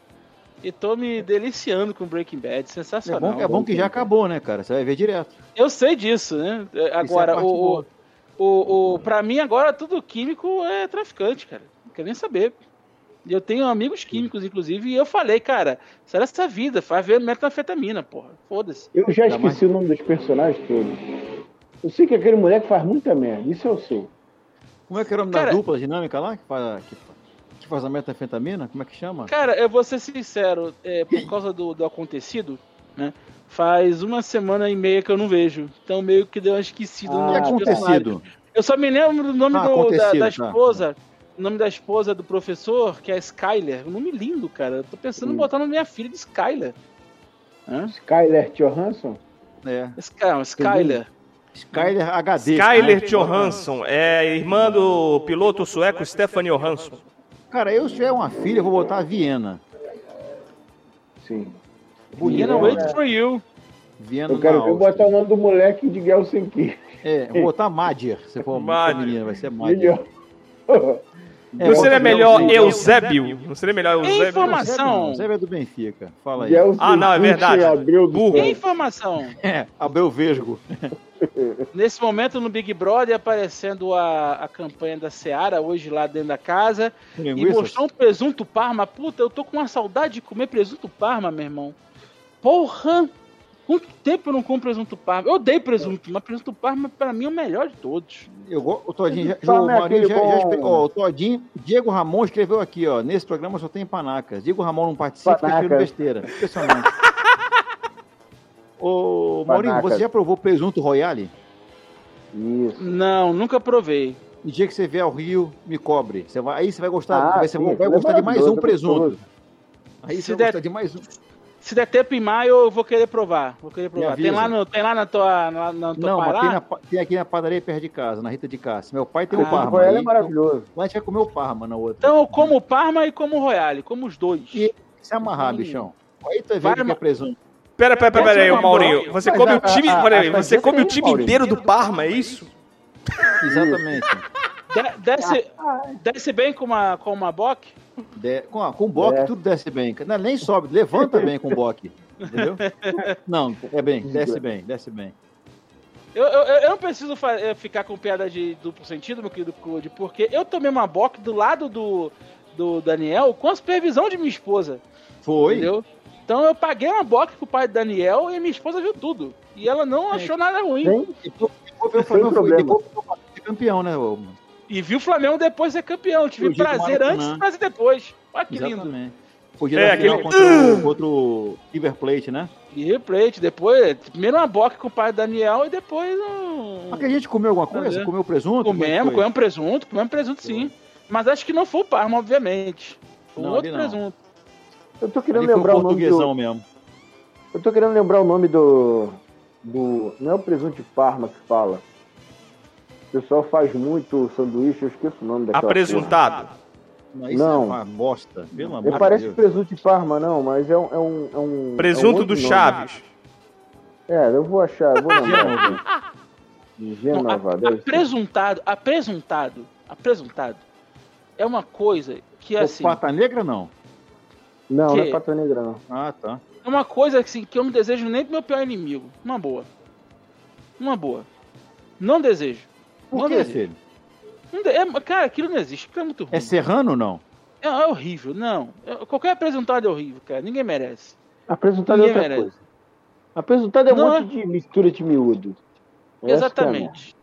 S5: E tô me deliciando com Breaking Bad,
S7: É
S5: sensacional.
S7: bom, que- é bom que já acabou, né, cara? Você vai ver direto.
S5: Eu sei disso, né? É, Agora,
S7: é a parte
S5: o, o,
S7: boa.
S5: o, o, pra mim, agora tudo químico é traficante, cara. Não quero nem saber. E Eu tenho amigos químicos, inclusive, e eu falei, cara, será essa vida? Faz ver metanfetamina, porra. Foda-se.
S4: Eu já
S7: Ainda mais-
S4: esqueci o nome dos personagens todos. Eu sei que aquele moleque faz muita merda, isso eu sei.
S7: Como é que era o nome
S5: Cara-
S7: da dupla dinâmica lá? Que faz, que, fa- que faz a metanfetamina? Como é que chama?
S5: Cara, eu vou ser sincero, é, por causa do, do acontecido, né? Faz uma semana e meia que eu não vejo. Então meio que deu uma esquecida
S4: Ah,
S7: O
S5: nome
S7: que
S5: dos personagens.
S7: acontecido?
S5: Eu só me lembro do nome
S7: Ah,
S5: do- da,
S7: acontecido,
S5: da
S7: tá.
S5: esposa. O nome da esposa do professor, que é a Skyler. Um nome lindo, cara. Eu tô pensando em
S4: Hum.
S5: botar na minha filha de Skyler.
S4: Skyler Johansson?
S7: É.
S5: Sky- não, Skyler.
S7: Skyler HD.
S8: Skyler Johansson é irmã do piloto sueco Stefan Johansson.
S7: Cara, eu se tiver uma filha, eu vou botar a Viena.
S4: Sim.
S5: You
S7: Bonita.
S5: know,
S7: né?
S5: wait for you.
S7: Viena
S4: Eu quero
S7: Tá na
S4: ver eu
S7: Áustria.
S4: botar o nome do moleque de Helsinki.
S7: É, vou botar Madger. Se for
S8: Madger.
S7: menina, vai ser Madger.
S4: Melhor.
S7: É,
S8: Não
S7: bota
S8: seria melhor
S7: Leozinho.
S8: Eusébio? Não seria melhor
S5: Em
S8: Eusébio?
S5: informação.
S7: Não, Zé é do Benfica. Fala aí.
S4: Helsinki,
S8: Ah, não, é verdade.
S4: Abreu do
S8: Burro.
S4: Céu.
S5: Tem informação.
S7: É, Abel Vesgo.
S5: Nesse momento, no Big Brother, aparecendo a, a campanha da Seara, hoje lá dentro da casa. E mostrou um presunto parma. Puta, eu tô com uma saudade de comer presunto parma, meu irmão. Porra! Quanto tempo eu não como presunto parma? Eu odeio presunto, mas presunto parma pra mim é o melhor de todos.
S7: Eu, go- o Todinho já,
S4: Tá,
S7: o
S4: né,
S7: Maurinho já,
S4: aquele
S7: já
S4: bom.
S7: explicou. Ó, o Todinho, Diego Ramon escreveu aqui, ó. Nesse programa só tem panacas. Diego Ramon não participa,
S4: Panacas.
S7: escrevendo besteira. Impressionante. Ô, Maurinho,
S4: Panacas.
S7: você já provou presunto Royale?
S4: Isso.
S5: Não, nunca provei.
S7: No dia que você vier ao Rio, me cobre. Você vai, aí você vai gostar,
S4: Ah,
S7: vai, você
S4: sim,
S7: vai
S4: aquilo é
S7: gostar de mais um
S4: maravilhoso,
S7: presunto.
S4: gostoso.
S7: Aí
S5: Se
S7: você vai
S5: der-
S7: gostar de mais um.
S5: Se der tempo em maio, eu vou querer provar. Vou querer provar. Tem
S7: avisa.
S5: lá, no, tem lá na tua, na, na tua
S7: Não, mas
S5: Pará?
S7: tem, na pa- tem aqui na padaria perto de casa, na Rita de Cássio. Meu pai tem
S5: Ah,
S7: o Parma.
S4: Foi ela é
S7: aí,
S4: maravilhoso.
S7: então, lá a gente vai comer o Parma na outra.
S5: Então eu como o Parma e como o Royale, como os dois.
S7: E- Se é amarrar, bichão. Aí tu vê o que
S5: Parma-
S7: é presunto.
S8: Pera, pera, pera, pera aí, ô
S5: Mas,
S8: Maurinho. Você
S4: mas
S8: come
S4: a-
S8: o time.
S4: a-
S8: Pera
S4: a-
S8: aí,
S4: a-
S8: você
S4: a-
S8: come
S4: a-
S8: o time
S4: Maurinho.
S8: inteiro do Parma, é isso?
S7: Exatamente.
S5: De- desce, desce bem com uma, com uma bock?
S7: De- com, a- com o boque,
S4: É.
S7: tudo desce bem. Não, nem sobe, levanta bem com o boque. Entendeu? Não, é bem, desce bem, desce bem.
S5: Eu, eu, eu- eu não preciso fa- eh, ficar com piada de duplo sentido, meu querido Claude, porque eu tomei uma bock do lado do, do Daniel com a supervisão de minha esposa.
S7: Foi.
S5: Entendeu? Então eu paguei uma box pro pai do Daniel e minha esposa viu tudo. E ela não achou nada ruim.
S7: Depois, depois veio
S4: Sem
S7: o Flamengo foi,
S4: problema.
S7: depois veio o Flamengo ser campeão, né? ô, mano?
S5: E viu o Flamengo depois ser campeão. Tive
S7: Fugiu do
S5: prazer
S7: Maracanã.
S5: antes e prazer depois. Olha que lindo. Ah!
S7: Exatamente. Foi
S8: É,
S7: é, final
S8: aquele-
S7: contra, o, contra o River Plate, né?
S5: E replete, depois, primeiro uma box com o pai do Daniel e depois um.
S7: Mas que a gente comeu alguma coisa?
S5: Prazer.
S7: Comeu presunto?
S5: é. Comemos,
S7: Como é que
S5: comemos um presunto, comemos presunto sim. Mas acho que não foi o Parma, obviamente. Foi um
S7: Não,
S5: outro
S7: ali não.
S5: presunto.
S4: Eu tô
S7: foi?
S4: querendo
S7: Ali foi um
S4: lembrar o nome do,
S7: portuguesão mesmo.
S4: Eu tô querendo lembrar o nome do. do não é o presunto de Parma que fala. O pessoal faz muito sanduíche, eu esqueço o nome daquela.
S8: Apresuntado.
S7: Não, isso
S4: Não.
S7: é uma bosta. Pelo
S4: porra.
S7: amor
S4: Não
S7: de
S4: parece
S7: Deus.
S4: presunto de Parma, não, mas é um. É um, é um é um
S8: Presunto
S4: outro
S8: do
S4: nome.
S8: Chaves.
S4: É, eu vou achar, eu vou lembrar.
S5: Não, a-
S4: Genova, deve ser.
S5: apresuntado, apresuntado, apresuntado. É uma coisa que
S7: Pô,
S5: assim.
S7: Pata negra, não.
S4: Não, não é
S5: que-
S4: pata negra, não.
S7: Ah, tá.
S5: É uma coisa assim, que eu não desejo nem pro meu pior inimigo. Uma boa. Uma boa. Não desejo.
S7: Por
S5: não
S7: que,
S5: desejo.
S7: filho?
S5: Não de- é- cara, aquilo não existe. Aquilo é muito ruim.
S7: É serrano ou não?
S5: É, é horrível. Não. É- qualquer apresentado é horrível, cara. Ninguém merece.
S4: Apresentado é
S5: Ninguém
S4: outra
S5: merece.
S4: coisa. Apresentado é um
S5: Não é?
S4: monte de mistura de miúdo. Essa que é a merda.
S5: Exatamente.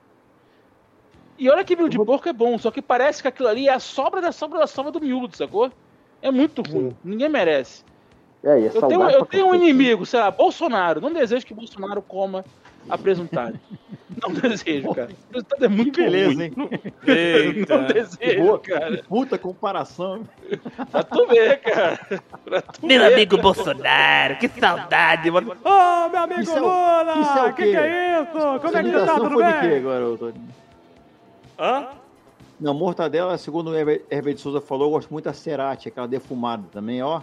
S5: E olha que miúdo de
S4: Eu vou-
S5: porco é bom, só que parece que aquilo ali é a sobra da sobra da sobra do miúdo, sacou? É muito ruim. Ninguém merece.
S4: É, e é
S5: Eu tenho,
S4: salgado
S5: eu
S4: pra
S5: tenho um
S4: cacete.
S5: inimigo, sei lá, Bolsonaro. Não desejo que Bolsonaro coma apresentado. não desejo, cara. Apresentado é muito ruim.
S7: hein?
S5: Não
S8: Eita.
S5: desejo,
S7: Boa.
S5: cara.
S7: Puta comparação.
S5: Pra tu ver, cara. Pra tu
S9: Meu
S5: ver.
S9: amigo Bolsonaro, que saudade, mano.
S1: Ô, meu amigo
S7: Isso é o-
S1: Lula!
S7: isso é o
S1: que
S7: quê?
S1: que é isso? Como é que tá?
S7: Imitação
S1: Tudo
S7: foi de quê
S1: bem?
S7: agora, ô, Todinho?
S8: Hã?
S7: Não, mortadela, segundo o Herber Herber de Souza falou, eu gosto muito da Cerati, aquela defumada também, ó.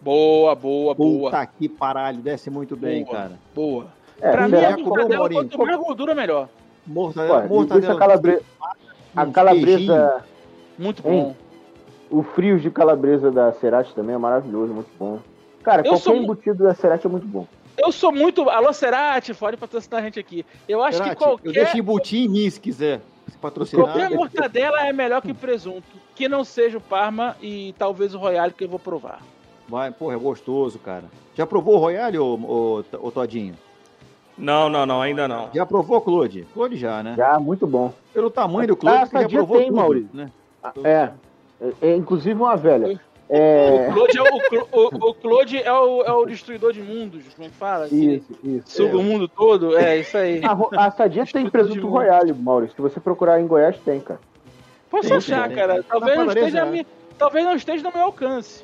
S5: Boa, boa, boa.
S7: Puta que paralho, desce muito bem,
S5: Boa.
S7: cara.
S5: Boa.
S4: É,
S5: pra mim,
S4: será
S5: a
S7: já
S4: que-
S7: comeu,
S5: mortadela,
S7: Maurinho?
S5: quanto mais gordura, melhor.
S7: Mortadela,
S4: Ué, linguiça
S7: mortadela.
S4: calabre- a
S7: um
S4: calabresa.
S7: queijinho.
S5: Muito
S7: Hum.
S5: bom.
S4: O frios de calabresa da Cerati também é maravilhoso, muito bom. Cara,
S5: Eu sou
S4: qualquer
S5: mu-
S4: embutido da Cerati é muito bom.
S5: Eu sou muito. Alô, Cerati, pode patrocinar a gente aqui. Eu acho
S7: Cerati,
S5: que
S7: Eu
S5: qualquer,
S7: deixo embutir em mim, se quiser. Se
S5: qualquer
S7: patrocinar.
S5: mortadela é melhor que presunto. Que não seja o Parma e talvez o Royale que eu vou provar.
S7: Vai, porra, é gostoso, cara. Já provou o Royale, ô, ô, ô Todinho?
S8: Não, não, não, ainda não.
S7: Já provou, Claude? Claude já, né?
S4: Já, muito bom.
S7: Pelo tamanho do Claude,
S4: Ah,
S7: você já
S4: Sadia
S7: provou
S4: tem,
S7: tudo,
S4: Maurício.
S7: né?
S4: É. É, é, inclusive uma velha.
S5: O
S4: É.
S5: Claude é o, Clo- o- o Claude é o, é o destruidor de mundos, como é que fala? Assim,
S4: Isso, isso.
S5: Suga o mundo todo? É, isso aí.
S4: A, ro- a Sadia tem presunto royale, Maurício. Se você procurar em Goiás, tem, cara.
S5: Posso
S7: Tem,
S5: achar,
S4: né?
S7: tem.
S4: Tá
S5: cara.
S7: Na
S5: Talvez não,
S7: padaria
S5: esteja
S7: já.
S5: a minha- talvez não esteja no meu alcance.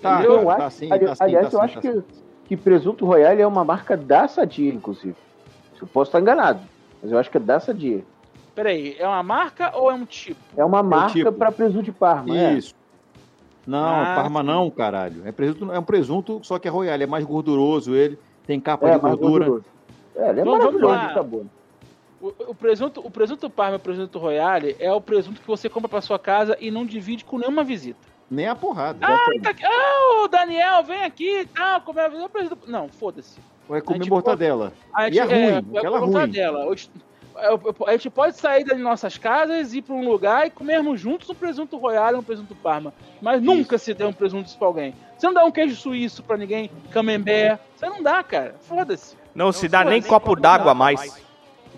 S7: Tá,
S5: Eu
S7: tá,
S4: acho-
S7: tá sim,
S4: ali-
S7: tá sim,
S4: aliás,
S7: tá sim,
S4: eu
S7: tá
S4: acho
S7: sim.
S4: que, que presunto royale é uma marca da Sadia, inclusive. Eu posso estar enganado, mas eu acho que é da Sadia.
S5: Peraí, é uma marca ou é um tipo?
S4: É uma marca
S7: tipo.
S4: pra presunto de Parma. é.
S7: Isso. Não,
S5: Ah,
S7: Parma não, caralho. É, presunto, é um presunto, só que é royale, é mais gorduroso ele, tem capa
S4: É,
S7: de
S4: mais
S7: gordura.
S4: gorduroso. É, ele é
S5: Vamos- vamos
S4: maravilhoso
S5: lá.
S4: de sabor.
S5: O, o presunto, o presunto Parma e o presunto Royale é o presunto que você compra pra sua casa e não divide com nenhuma visita.
S7: Nem a porrada.
S5: Ah, tá aqui. Ah, o Daniel, vem aqui e tal, como é o presunto. Não, foda-se.
S7: Vai comer
S5: gente
S7: mortadela.
S5: A
S7: E é ruim, aquela
S5: por conta dela. Hoje- eu- eu- A gente pode sair das nossas casas, ir pra um lugar e comermos juntos um presunto Royale e um presunto Parma. Mas nunca se dê um presunto pra alguém. Você não dá um queijo suíço pra ninguém, camembert. Você não dá, cara. Foda-se.
S8: Não se dá nem copo d'água mais.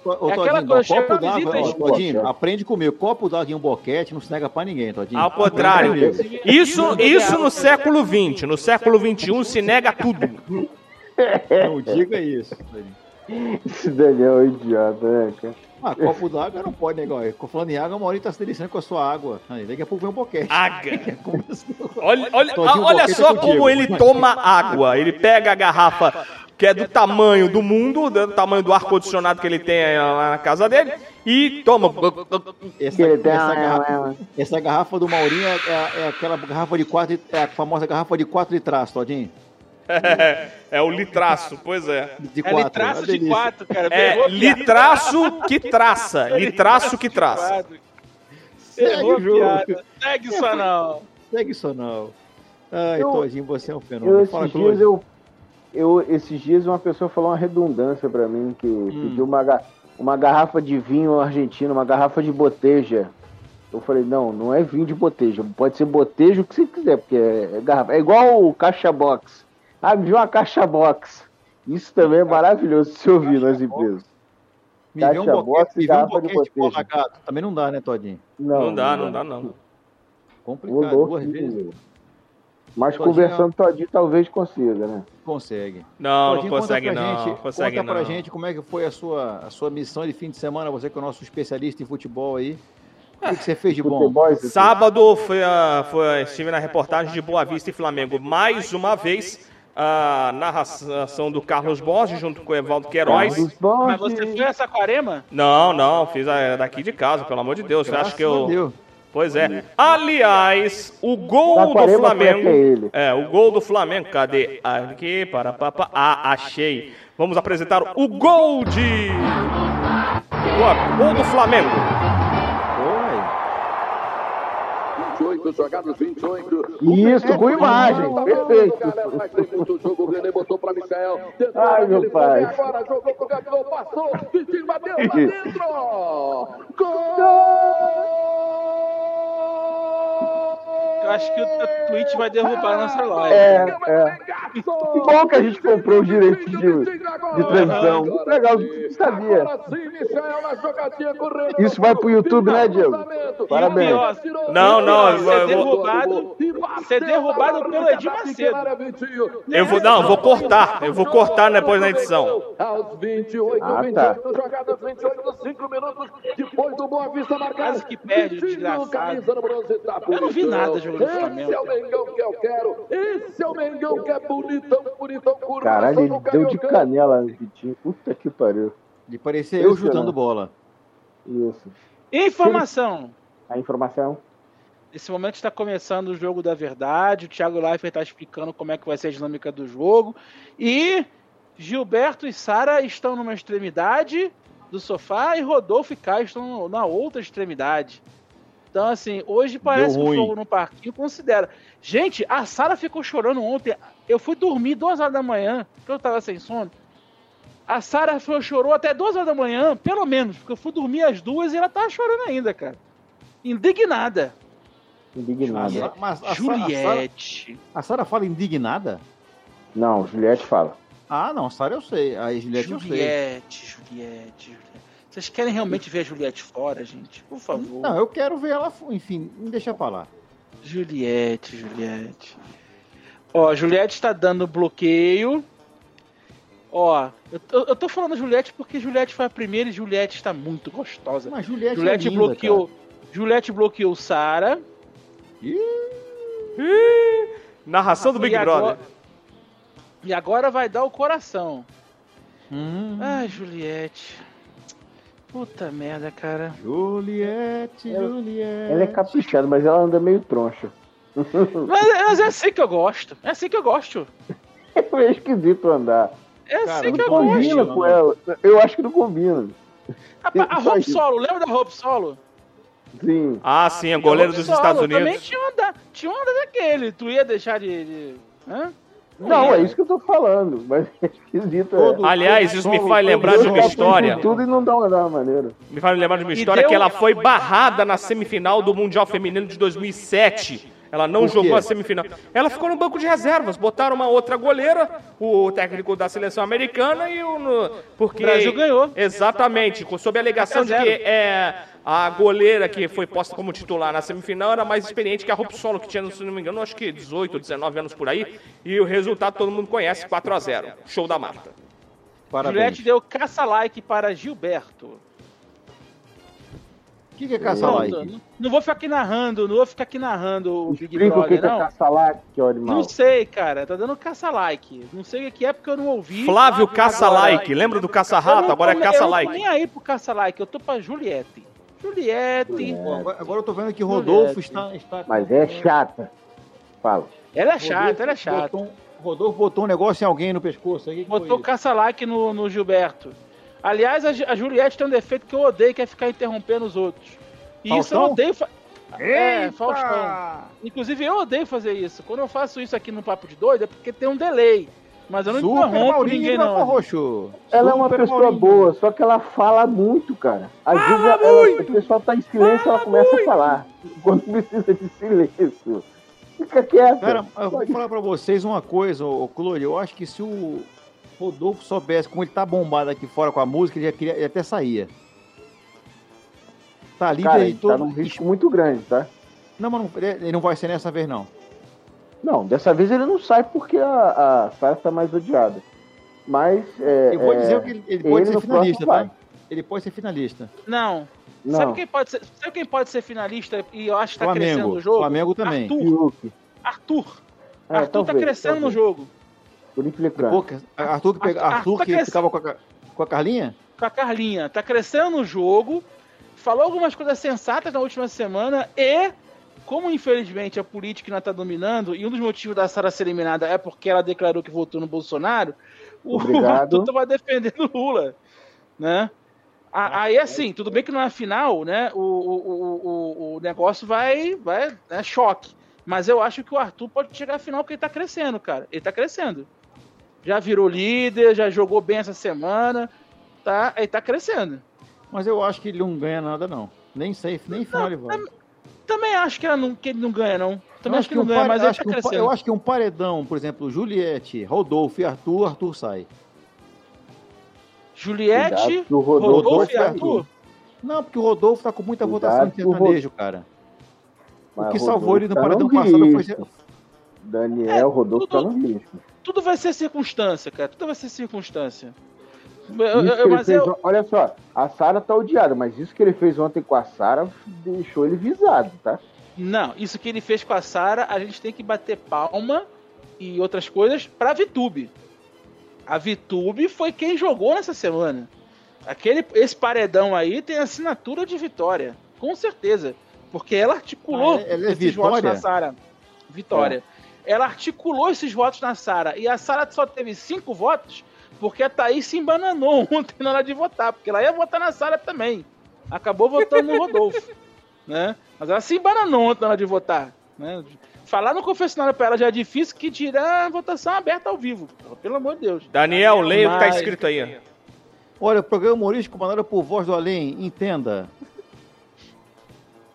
S7: Ô, Ô,
S5: É aquela
S7: Todinho,
S5: coisa,
S7: ó,
S5: chega
S7: copo
S5: uma
S7: d'água,
S5: visita
S7: ó,
S5: aí.
S7: Todinho, aprende comigo. Copo d'água e um boquete não se nega pra ninguém, Todinho.
S8: Ao
S7: Aprende
S8: contrário.
S7: comigo.
S8: Isso, isso no século XX. No século XXI se nega tudo.
S7: Não diga isso, Todinho.
S4: Esse Daniel é um idiota, né, cara?
S7: Ah, copo d'água não pode negar. ó. Falando em água, o Maurinho tá se deliciando com a sua água. Aí, daqui a pouco vem um boquete.
S5: Ah.
S8: Água.
S7: Como assim?
S8: Olha, olha,
S7: Todinho,
S8: olha
S7: boquete é
S8: só
S7: contigo.
S8: como ele toma água. Ele pega a garrafa que é do tamanho do mundo, do tamanho do ar-condicionado que ele tem lá na casa dele, e toma.
S7: Essa,
S4: Que ele tem
S7: essa
S4: uma- é
S7: garrafa,
S4: uma-
S7: essa garrafa do Maurinho é, é- é aquela garrafa de quatro, é a famosa garrafa de quatro de traço, Todinho.
S8: É o litraço, pois é.
S7: De
S5: É litraço
S7: uma
S5: de
S7: delícia.
S5: quatro, cara.
S8: É
S5: Ferrou, viado.
S8: litraço que traça. Litraço que traça. é
S7: Segue o jogo.
S5: piada. Segue só não.
S7: Segue isso não. Ai,
S4: Eu-
S7: Todinho, você é um
S4: Eu,
S7: fenômeno. Fala,
S4: esses dias
S7: Cruz.
S4: eu, eu esses dias uma pessoa falou uma redundância pra mim que pediu uma, ga- uma garrafa de vinho argentino, uma garrafa de boteja. Eu falei, não, não é vinho de boteja, pode ser botejo o que você quiser, porque é, é garrafa. É igual o caixa box. Ah, me viu uma caixa box. Isso também é maravilhoso de se ouvir nas empresas.
S7: Me vê um
S4: Caixa box
S7: boquete,
S4: e
S7: me vê um
S4: garrafa de
S7: boquete de
S4: botejo.
S7: bola gato. Também não dá, né, Todinho?
S4: Não,
S8: Não dá, não dá, não.
S4: Ô,
S7: Complicado,
S4: louco,
S7: duas vezes.
S4: Mas
S7: Todinho-
S4: conversando todinho talvez consiga, né?
S7: Consegue.
S8: Não, não
S7: Claudinho, conta
S8: consegue,
S7: pra
S8: não.
S7: gente-
S8: Consegue,
S7: conta pra
S8: não.
S7: gente como é que foi a sua, a sua missão de fim de semana, você que é o nosso especialista em futebol aí. O que, que você fez de bom?
S4: Futebol, é esse-
S8: Sábado foi, a- foi- estive na reportagem de Boa Vista e Flamengo. Mais uma vez, a narração do Carlos Borges junto com o Evaldo Queiroz.
S4: Carlos Borges.
S5: Mas você foi a Saquarema?
S8: Não, não, fiz a- daqui de casa, pelo amor de Deus. Você acha que eu.
S7: Deu.
S8: Pois é. Aliás, o gol do
S4: Saquarema foi
S8: Flamengo.
S4: até ele.
S8: É, o gol do Flamengo. Cadê? Aqui, para, para, para. Ah, achei. Vamos apresentar o gol de. Boa, gol do Flamengo.
S7: Foi.
S10: 28 jogadas, 28.
S4: Isso, com imagem. Perfeito.
S10: Galera, mais bem feito o jogo. O René botou pra Micael. Tentou
S4: Ai,
S10: naquele
S4: meu
S10: fundo,
S4: pai.
S10: Agora jogou pro Gabigol, passou. De cima, deu pra dentro. Gol!
S5: Eu acho que o Twitch vai derrubar a nossa live.
S4: É, é. Que bom que a gente comprou os direitos de, de transmissão. Muito legal, não sabia. Isso vai pro YouTube, né, Diego? Parabéns.
S5: E o pior,
S8: Não, não, eu vou-
S5: Ser
S8: eu vou-
S5: é derrubado, ser derrubado pelo Edir Macedo.
S8: Eu vou, não, eu vou cortar. Eu vou cortar depois na edição.
S10: Aos 28,
S4: Ah,
S10: 28
S4: tá.
S10: jogadas, 28, 5 minutos, depois do Boa Vista marcar.
S5: Quase que perde,
S10: Vitinho,
S5: desgraçado.
S10: camisa número 11, tá
S5: Eu não vi
S10: bonitão.
S5: nada jogando no Flamengo.
S10: Esse é o Mengão que eu quero. Esse é o Mengão que é bonitão, bonitão, curva.
S4: Caralho, ele deu de canela, Vitinho. Puta que pariu.
S7: De parecer eu
S4: Esse
S7: chutando
S4: não.
S7: bola.
S4: Isso.
S5: Informação.
S4: A informação.
S5: Nesse momento está começando o jogo da verdade. O Thiago Leifert está explicando como é que vai ser a dinâmica do jogo. E Gilberto e Sara estão numa extremidade do sofá e Rodolfo e Caio estão na outra extremidade. Então, assim, hoje parece que o
S7: ruim.
S5: jogo no parquinho considera. Gente, a Sara ficou chorando ontem. Eu fui dormir duas horas da manhã, porque eu tava sem sono. A Sara foi- chorou até duas horas da manhã, pelo menos, porque eu fui dormir às duas e ela tava chorando ainda, cara. Indignada.
S4: é Indignado.
S7: Mas- mas a Sara- a Sara-
S5: Juliette.
S7: A Sara fala indignada?
S4: Não, Juliette fala.
S7: Ah, não, Sara eu sei. A Juliette é eu sei.
S5: Juliette, Juliette, Juliette. Vocês querem realmente ver a Juliette fora, gente? Por favor.
S7: Não, eu quero ver ela, enfim, me deixa falar.
S5: Juliette, Juliette. Ó, a Juliette está dando bloqueio. Ó, eu, tô- eu tô falando Juliette porque Juliette foi a primeira e Juliette está muito gostosa.
S7: Mas Juliette,
S5: Juliette
S7: é linda,
S5: bloqueou. Juliette bloqueou Sara.
S8: Narração do Big
S5: E agora-
S8: Brother.
S5: E agora vai dar o coração.
S7: cara. Hum,
S5: Ai, Juliette. Puta merda, cara.
S7: Juliette,
S4: Ela-
S7: Juliette.
S4: Ela é caprichada, mas ela anda meio troncha.
S5: Mas, mas é assim que eu gosto. É assim que eu gosto.
S4: É meio esquisito andar.
S5: É assim
S7: Cara,
S5: que eu
S7: não
S5: gosto.
S7: combina.
S4: Combina com ela. Eu acho que não combina.
S5: A, a
S4: Só
S5: Hope
S4: isso.
S5: Solo, lembra da Hope Solo?
S4: Sim.
S8: Ah, sim, é goleiro
S5: A Hope
S8: dos
S5: Solo
S8: Estados
S5: Também
S8: Unidos.
S5: tinha onda, tinha onda daquele. Tu ia deixar de. de- hã?
S4: Não,
S5: ia.
S4: é isso que eu tô falando. Mas é esquisito.
S7: Todo-
S4: É.
S8: Aliás, isso me faz lembrar de uma
S4: Eles
S8: história.
S4: capricham em Tudo e não dá uma, dá uma maneira.
S8: Me faz lembrar de uma
S5: E
S8: história
S5: deu-
S8: que ela foi barrada na semifinal do Mundial Feminino de 2007. Ela não
S7: Por quê?
S8: jogou a semifinal. Ela ficou no banco de reservas. Botaram uma outra goleira, o técnico da seleção americana e o. no- porque
S5: O Brasil ganhou.
S8: Exatamente. com- Sob a alegação de que é, a goleira que foi posta como titular na semifinal era mais experiente que a Robsolo, que tinha, se não me engano, acho que 18, 19 anos por aí. E o resultado todo mundo conhece: 4 a 0 Show da Marta.
S7: Parabéns.
S5: Juliette deu caça-like para Gilberto.
S7: O que, que é caça-like?
S5: Pronto, não- Não vou ficar aqui narrando, não vou ficar aqui narrando o Big
S4: Explica o que,
S5: Brother,
S4: que é
S5: não.
S4: caça-like, ó, animal.
S5: Não sei, cara. Tá dando caça-like. Não sei o que é porque eu não ouvi.
S8: Flávio Caça-like. Lembra do
S5: Eu
S8: Caça-Rato?
S5: não
S8: Agora é
S5: tô- Eu não tô
S8: Caça-like.
S5: nem aí pro caça-like. Eu tô pra Juliette. Juliette.
S7: Pô, agora, agora eu tô vendo que Rodolfo está, está. um
S4: Mas é chata. Fala.
S5: Ela é chata, ela é
S7: Rodolfo
S5: chata.
S7: botou um- Rodolfo botou um negócio em alguém no pescoço. Aí, que que foi
S5: Botou
S7: isso?
S5: caça-like no, no Gilberto. Aliás, a, Ju- a Juliette tem um defeito que eu odeio, que é ficar interrompendo os outros. E isso eu
S7: Faustão?
S5: odeio. fa- É, Faustão. Inclusive, eu odeio fazer isso. Quando eu faço isso aqui no Papo de Doido, é porque tem um delay. Mas eu não
S7: Super
S5: interrompo
S7: Maurinho
S5: ninguém,
S7: e Draco
S5: não.
S7: Roxo.
S4: Ela é uma
S7: Super
S4: pessoa
S7: Maurinho.
S4: boa, só que ela fala muito, cara. Às vezes ela- ela- o pessoal tá em silêncio, ela começa a falar. Quando precisa de silêncio. Fica quieto.
S7: Cara,
S5: é um
S7: eu vou falar pra vocês uma coisa, ô ô, Clori. Eu acho que se o Rodolfo soubesse como ele tá bombado aqui fora com a música, ele, já queria, ele até saía. Tá ali,
S4: Cara,
S7: ele
S4: ele tá num risco muito grande, tá?
S7: Não, mas não- ele ele não vai ser nessa vez, não.
S4: Não, dessa vez ele não sai porque a, a Sara tá mais odiada. Mas. É,
S7: Eu vou
S4: é,
S7: dizer que ele, ele
S4: ele
S7: pode ser
S4: no
S7: finalista,
S4: próximo
S7: tá? Ele pode ser finalista.
S5: Não.
S4: Não,
S5: Sabe, quem pode ser, sabe quem pode ser finalista e eu acho que tá crescendo
S7: Flamengo.
S5: no jogo?
S7: Flamengo também.
S5: Arthur.
S4: Fiuk.
S5: Arthur.
S4: É,
S5: Arthur tá
S4: talvez,
S5: crescendo no
S4: talvez.
S5: jogo.
S4: Por implicando.
S7: Pô, que- Arthur que, pega-
S5: Arthur- tá
S7: Arthur
S5: Arthur
S7: que
S5: cresce-
S7: ficava com a, Ca- com a Carlinha?
S5: com a Carlinha. Tá crescendo no jogo, falou algumas coisas sensatas na última semana e, como infelizmente a política não tá dominando, e um dos motivos da Sara ser eliminada é porque ela declarou que votou no Bolsonaro, o
S4: Obrigado.
S5: Arthur tava defendendo o Lula, né? A- Aí, assim, tudo bem que não é final, né? O, o- o, o, o negócio vai, vai, é choque. Mas eu acho que o Arthur pode chegar à final porque ele tá crescendo, cara. Ele tá crescendo. Já virou líder, já jogou bem essa semana tá, ele tá crescendo.
S7: Mas eu acho que ele não ganha nada, não. Nem safe, nem final ele
S5: é
S7: vai.
S5: Também acho que, ela não, que ele não ganha, não.
S7: Eu
S5: Também acho, que, não
S7: um
S5: ganha,
S7: pare-
S5: mas ele
S7: acho
S5: tá
S7: que um pa-
S5: crescendo.
S7: Eu acho que um paredão, por exemplo, Juliette, Rodolfo e Arthur, Arthur sai.
S5: Juliette,
S4: Cuidado que o Rodolfo,
S5: Rodolfo,
S7: Rodolfo
S5: e
S7: e
S5: Arthur.
S7: Não, porque o Rodolfo tá com muita
S4: Cuidado
S7: votação de
S4: que o Ro-
S7: sertanejo, cara. O que
S4: Mas
S7: salvou ele no
S4: Rodolfo tá
S7: paredão
S4: no
S7: passado foi.
S4: risco. Daniel, Rodolfo tá no risco.
S5: Tudo vai ser circunstância, cara. Tudo vai ser circunstância. Eu- eu-
S4: Isso
S5: eu-
S4: que ele
S5: mas
S4: fez,
S5: eu,
S4: on- Olha só, a Sara tá odiada, mas isso que ele fez ontem com a Sara deixou ele visado, tá?
S5: Não, isso que ele fez com a Sara, a gente tem que bater palma e outras coisas pra Vitube. A Vitube foi quem jogou nessa semana. Aquele, esse paredão aí tem assinatura de vitória, com certeza. Porque ela articulou
S7: Ah, ela é
S5: esses
S7: Vitória? É.
S5: votos na Sara. Vitória. Ela articulou esses votos na Sara. E a Sara só teve cinco votos porque a Thaís se embananou ontem na hora de votar. Porque ela ia votar na Sara também. Acabou votando no Rodolfo né? Mas ela se embananou ontem na hora de votar. Né? Falar no confessionário pra ela já é difícil que tirar a votação aberta ao vivo. porra, Pelo amor de Deus.
S8: Daniel, leia o que tá
S5: Mas-
S8: escrito aí.
S7: Olha, o programa humorístico comandado por Voz do Além, entenda.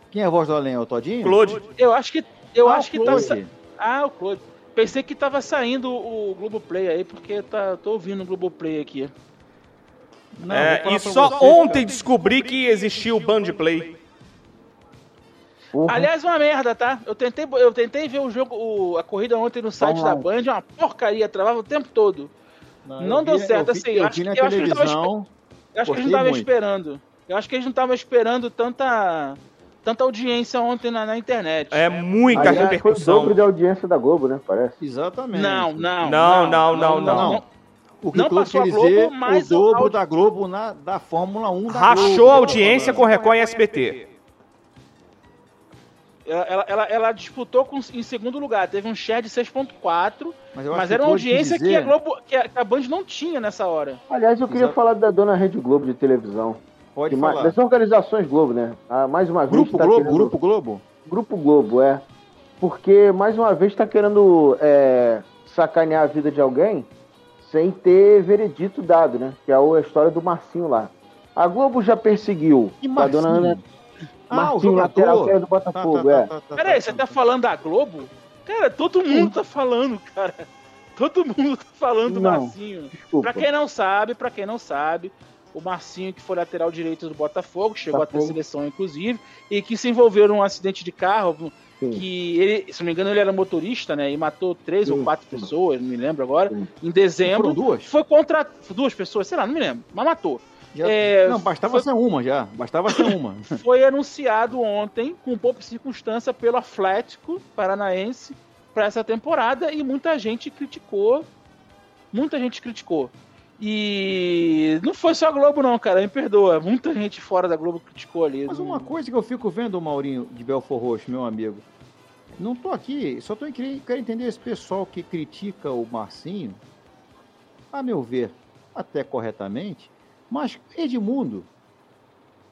S7: Quem é a Voz do Além? É o Todinho?
S8: Claude,
S5: Eu acho que. Eu
S7: Ah, o
S5: acho que tá.
S7: Claude.
S5: sa- Ah, o Claude. Pensei que tava saindo o Globoplay aí, porque tá, tô ouvindo o Globoplay aqui.
S7: Não,
S8: é,
S7: vou falar
S8: e
S7: pra
S8: só
S7: vocês,
S8: ontem
S7: cara.
S8: descobri que existia o Band Play.
S4: Porra,
S5: Aliás, uma merda, tá? Eu tentei, eu tentei ver o jogo, o- a corrida ontem no site da
S4: Vamos
S5: Band, é uma porcaria, travava o tempo todo.
S7: eu
S5: não deu
S7: vi-
S5: certo,
S7: eu vi-
S5: assim,
S7: Eu
S5: acho
S7: vi na
S5: que- eu acho que ele tava
S7: televisão.
S5: Eu acho que eles
S7: Gostei
S5: não estavam
S7: muito.
S5: esperando. Eu acho que eles não estavam esperando tanta, tanta audiência ontem na, na internet.
S8: É muita
S4: aliás, foi o dobro
S8: repercussão.
S4: da audiência da Globo, né? Parece.
S7: Exatamente.
S5: Não, não.
S8: Não, não, não,
S7: não. O que
S5: não
S7: o Clube
S5: passou
S7: quer
S5: a Globo,
S7: dizer,
S5: mas
S7: o dobro
S5: o-
S7: da Globo na, da Fórmula 1 da
S8: Rachou
S7: Globo.
S8: a audiência com Record e SBT.
S5: Ela, ela, ela- ela disputou com- em segundo lugar, teve um share de 6,4,
S7: eu acho
S5: mas
S7: que
S5: era
S7: o
S5: uma
S7: Clube quis
S5: audiência que
S7: dizer-
S5: a, Globo, que a, que a Band não tinha nessa hora.
S4: Aliás, eu queria
S7: Exato.
S4: falar da dona Rede Globo de televisão.
S7: Pode
S4: Que ma-
S7: falar.
S4: das organizações Globo, né? Ah, mais uma vez.
S7: Grupo
S4: tá
S7: Globo,
S4: querendo-
S7: Grupo Globo.
S4: Grupo Globo, é. Porque, mais uma vez, tá querendo é, sacanear a vida de alguém sem ter veredito dado, né? Que é a história do Marcinho lá. A Globo já perseguiu
S7: Que
S4: a dona
S7: Marcinho?
S4: Ana
S5: Ah,
S4: Martim, lateral
S7: Tá,
S4: esquerdo do Botafogo, é.
S5: Peraí, você tá falando da Globo? Cara, todo mundo tá falando, cara. Todo mundo tá falando do
S4: Não,
S5: Marcinho.
S4: desculpa.
S5: Pra quem não sabe, pra quem não sabe, o Marcinho, que foi lateral direito do Botafogo, chegou até a
S4: Botafogo.
S5: seleção, inclusive, e que se envolveu num acidente de carro,
S4: Sim.
S5: que ele, se não me engano, ele era motorista, né? E matou três ou quatro pessoas, não me lembro agora, em dezembro.
S7: Foram duas?
S5: Foi contra duas pessoas, sei lá, não me lembro, mas matou.
S7: Já-
S5: É,
S7: Não, bastava ser uma já. Bastava ser uma.
S5: foi anunciado ontem, com pouca circunstância, pelo Atlético Paranaense para essa temporada e muita gente criticou. Muita gente criticou. E não foi só a Globo, não, cara. Me perdoa. Muita gente fora da Globo criticou ali.
S7: Mas
S5: Não-
S7: uma coisa que eu fico vendo, Maurinho de Belfor Roxo, meu amigo. Não tô aqui, só tô em- quero entender esse pessoal que critica o Marcinho, a meu ver, até corretamente, mas Edmundo,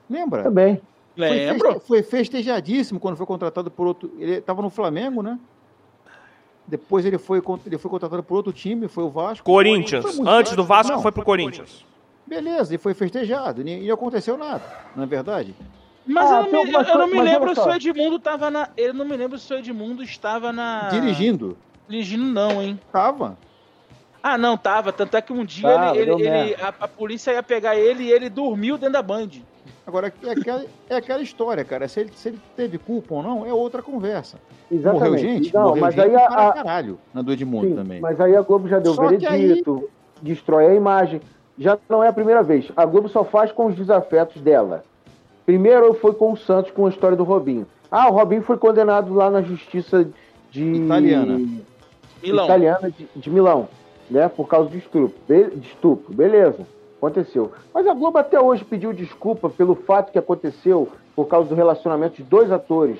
S7: lembra?
S4: Também.
S7: Foi
S5: Lembro?
S7: feste- Foi festejadíssimo quando foi contratado por outro. Ele estava no Flamengo, né? Depois ele foi, con- ele foi contratado por outro time, foi o Vasco.
S8: Corinthians.
S7: Foi muito-
S8: Antes do Vasco
S7: Não,
S8: foi pro Corinthians.
S7: Beleza, e foi festejado. E e não aconteceu nada, não é verdade?
S5: Mas eu,
S4: Ah,
S5: não
S4: tem
S5: me,
S4: algumas
S5: eu não me
S4: coisas- mas
S5: lembro
S4: olha
S5: se o
S4: só.
S5: Edmundo tava na. Eu não me lembro se o Edmundo estava na.
S7: Dirigindo.
S5: Dirigindo, não, hein?
S7: Tava.
S5: Ah, não, tava. Tanto é que um dia
S4: Tava,
S5: ele, ele-
S4: deu
S5: ele- a, a polícia ia pegar ele e ele dormiu dentro da Band.
S7: Agora, é aquela, é aquela história, cara. Se ele, se ele teve culpa ou não, é outra conversa.
S4: Exatamente.
S7: Morreu gente?
S4: Não,
S7: morreu
S4: mas
S7: gente
S4: aí a-
S7: para
S4: a-
S7: caralho na do Edmundo
S4: Sim,
S7: também.
S4: Mas aí a Globo já deu
S7: Só que
S4: veredito, destrói a imagem. Já não é a primeira vez. A Globo só faz com os desafetos dela. Primeiro foi com o Santos, com a história do Robinho. Ah, o Robinho foi condenado lá na justiça de...
S7: Italiana.
S5: Milão.
S4: italiana de, de Milão, né? Por causa de estupro. Be- de estupro, beleza. Aconteceu. Mas a Globo até hoje pediu desculpa pelo fato que aconteceu por causa do relacionamento de dois atores,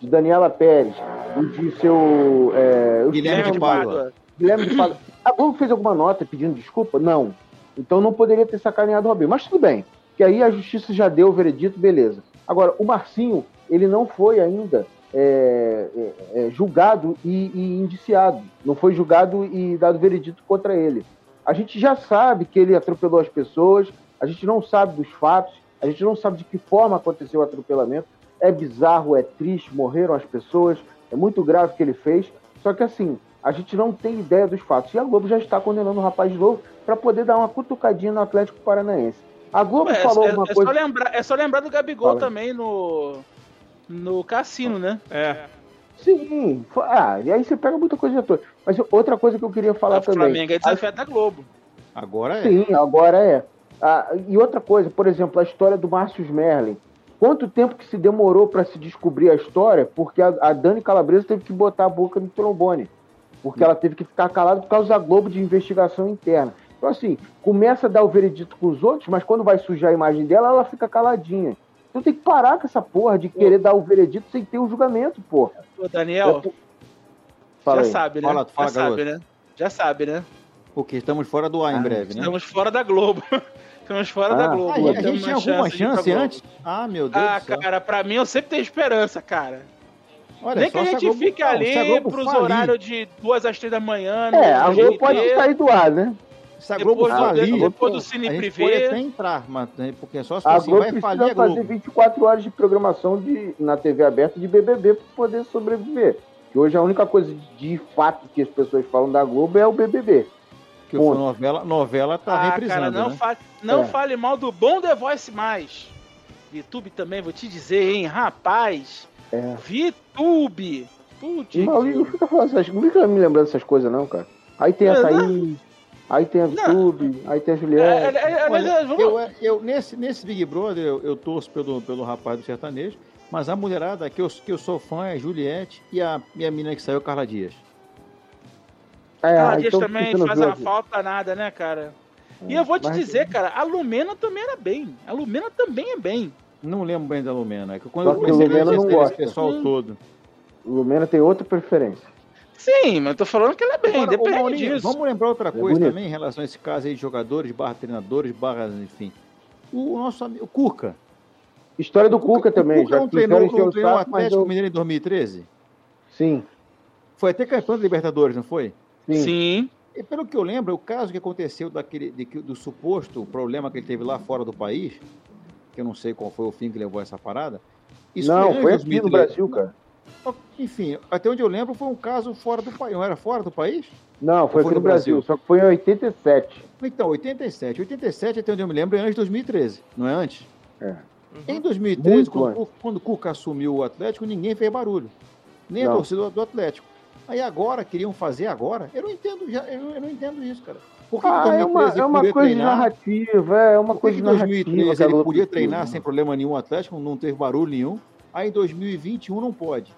S4: de Daniela Pérez e de seu. é, eu
S7: Guilherme
S4: esqueci
S7: de
S4: o nome,
S7: Pádua.
S4: Guilherme de Pádua. A Globo fez alguma nota pedindo desculpa? Não. Então não poderia ter sacaneado o Robinho. Mas tudo bem. Que aí a justiça já deu o veredito, beleza. Agora, o Marcinho, ele não foi ainda é, é, é, julgado e, e indiciado. Não foi julgado e dado veredito contra ele. A gente já sabe que ele atropelou as pessoas, a gente não sabe dos fatos, a gente não sabe de que forma aconteceu o atropelamento. É bizarro, é triste, morreram as pessoas, é muito grave o que ele fez. Só que assim, a gente não tem ideia dos fatos. E a Globo já está condenando o rapaz de novo para poder dar uma cutucadinha no Atlético Paranaense. A Globo
S5: Ué, é-
S4: falou
S5: é,
S4: uma
S5: é
S4: coisa.
S5: Só lembrar, é só lembrar do Gabigol
S4: Fala.
S5: também no, no cassino, né?
S8: É.
S4: Sim, fa- ah, e aí você pega muita coisa de ator. Mas outra coisa que eu queria falar
S5: o
S4: também.
S5: Flamengo é desafio da Globo.
S7: Agora é.
S4: Sim, agora é. Ah, e outra coisa, por exemplo, a história do Márcio Merlin. Quanto tempo que se demorou para se descobrir a história? Porque a, a Dani Calabresa teve que botar a boca no trombone. Porque ela teve que ficar calada por causa da Globo de investigação interna. Então, assim, começa a dar o veredito com os outros, mas quando vai sujar a imagem dela, ela fica caladinha. Então tem que parar com essa porra de querer dar o veredito sem ter o julgamento, porra.
S5: Ô, Daniel,
S4: Fala
S5: já
S4: aí.
S5: sabe, né?
S7: Fala, Tá fala,
S5: já sabe, né? Já sabe, né?
S7: Porque estamos fora do ar em breve, né?
S5: Estamos fora da Globo. Estamos fora
S4: Ah,
S5: da
S7: Ah,
S5: Globo.
S7: a
S5: Não
S7: gente- a
S5: temos
S7: gente tinha
S5: mais
S7: alguma
S5: de ir pra
S7: chance
S5: Globo.
S7: antes? Ah, meu Deus
S5: Ah,
S7: do céu.
S5: cara, pra mim eu sempre tenho esperança, cara.
S7: Olha
S5: Nem
S7: só,
S5: que a
S7: se
S5: gente
S7: Globo-
S5: fique
S7: não, se a
S5: ali
S7: Globo
S5: pros
S7: falir-
S5: horários de duas às três da manhã. né? no
S4: É, a Globo
S5: GNT,
S4: pode sair do ar, né?
S7: Se a
S5: Depois
S7: Globo
S5: do-
S7: falir,
S5: depois do Cine
S7: a gente
S5: Privé.
S7: pode até entrar, mas né, porque só se
S4: A
S7: assim,
S4: Globo
S7: vai
S4: precisa
S7: falir a
S4: fazer
S7: Globo.
S4: 24 horas de programação de, na TV aberta de BBB para poder sobreviver. Que hoje a única coisa de fato que as pessoas falam da Globo é o BBB.
S7: Porque foi novela, novela tá
S5: ah,
S7: reprisando,
S5: cara, não,
S7: né?
S5: fale, não
S4: É.
S5: fale mal do bom The Voice mais. VTube também, vou te dizer, hein, rapaz.
S4: É.
S5: VTube. Putz.
S4: E Maurício não fica falando essas, não fica me lembrando essas coisas, não, cara. Aí tem
S5: Não,
S4: a Thaís, aí tem a
S5: Não.
S4: Vitube, aí tem a
S5: É,
S4: Juliana.
S5: é, é, é, mas,
S7: Olha,
S5: é, vamos-
S7: eu, eu- nesse, nesse Big Brother, eu, eu torço pelo, pelo rapaz do sertanejo, mas a mulherada que eu, que eu sou fã é Juliette e a, e a menina que saiu, Carla Dias.
S4: É,
S5: Ela
S4: aí
S5: diz
S7: então,
S4: tão
S5: também
S4: tentando
S5: faz
S4: ver
S5: uma
S4: aqui.
S5: falta nada, né, cara?
S7: É,
S5: E eu vou te
S4: mas-
S5: dizer, cara, a Lumena também era bem. A Lumena também é bem.
S7: Não lembro bem da Lumena. é que Quando
S4: Só
S7: eu
S4: que
S7: comecei a
S4: Lumena não
S7: conhecer esse
S4: gosta.
S7: pessoal
S5: Hum.
S7: todo.
S4: Lumena tem outra preferência.
S5: Sim, mas eu tô falando que ela é bem,
S7: Agora, ô,
S5: depende
S7: Maurinho,
S5: disso.
S7: Vamos lembrar outra coisa
S4: É bonito.
S7: também em relação a esse caso aí de jogadores, barra treinadores, barra, enfim. O nosso amigo o Cuca.
S4: História do Cuca
S7: O
S4: também.
S7: Cuca
S4: já
S7: não
S4: que fizeram
S7: treinou,
S4: encher
S7: não um
S4: o
S7: treinou o
S4: saco, mas
S7: Atlético
S4: eu-
S7: Mineiro em 2013?
S4: Sim,
S7: Foi até campeão da Libertadores, não foi?
S4: sim.
S5: Sim.
S7: E pelo que eu lembro, o caso que aconteceu daquele, de que- do suposto problema que ele teve lá fora do país, que eu não sei qual foi o fim que levou a essa parada,
S4: Não, foi
S7: esperando em
S4: aqui no
S7: 2013.
S4: Brasil, cara.
S7: Enfim, até onde eu lembro foi um caso fora do país. Não era fora do país?
S4: Não, foi
S7: Ou foi
S4: aqui no
S7: no Brasil?
S4: Brasil, só que foi em 87.
S7: Então, 87. 87, até onde eu me lembro, é antes de 2013, não é antes? Uhum.
S4: É.
S7: Em 2013,
S4: Muito
S7: quando,
S4: antes.
S7: o- quando o Cuca assumiu o Atlético, ninguém fez barulho. Nem a
S4: Não.
S7: torcida do Atlético. Aí agora, queriam fazer agora? Eu não entendo, já, eu, não- eu não entendo isso, cara. Por que que
S4: Ah,
S7: em
S4: é uma,
S7: 2013
S4: é uma
S7: podia
S4: coisa de
S7: treinar?
S4: narrativa, é uma
S7: Por que
S4: coisa
S7: que
S4: de
S7: em
S4: narrativa.
S7: 2013
S4: cara,
S7: ele
S4: loucura.
S7: podia treinar sem problema nenhum o Atlético, não teve barulho nenhum. Aí em 2021 não pode.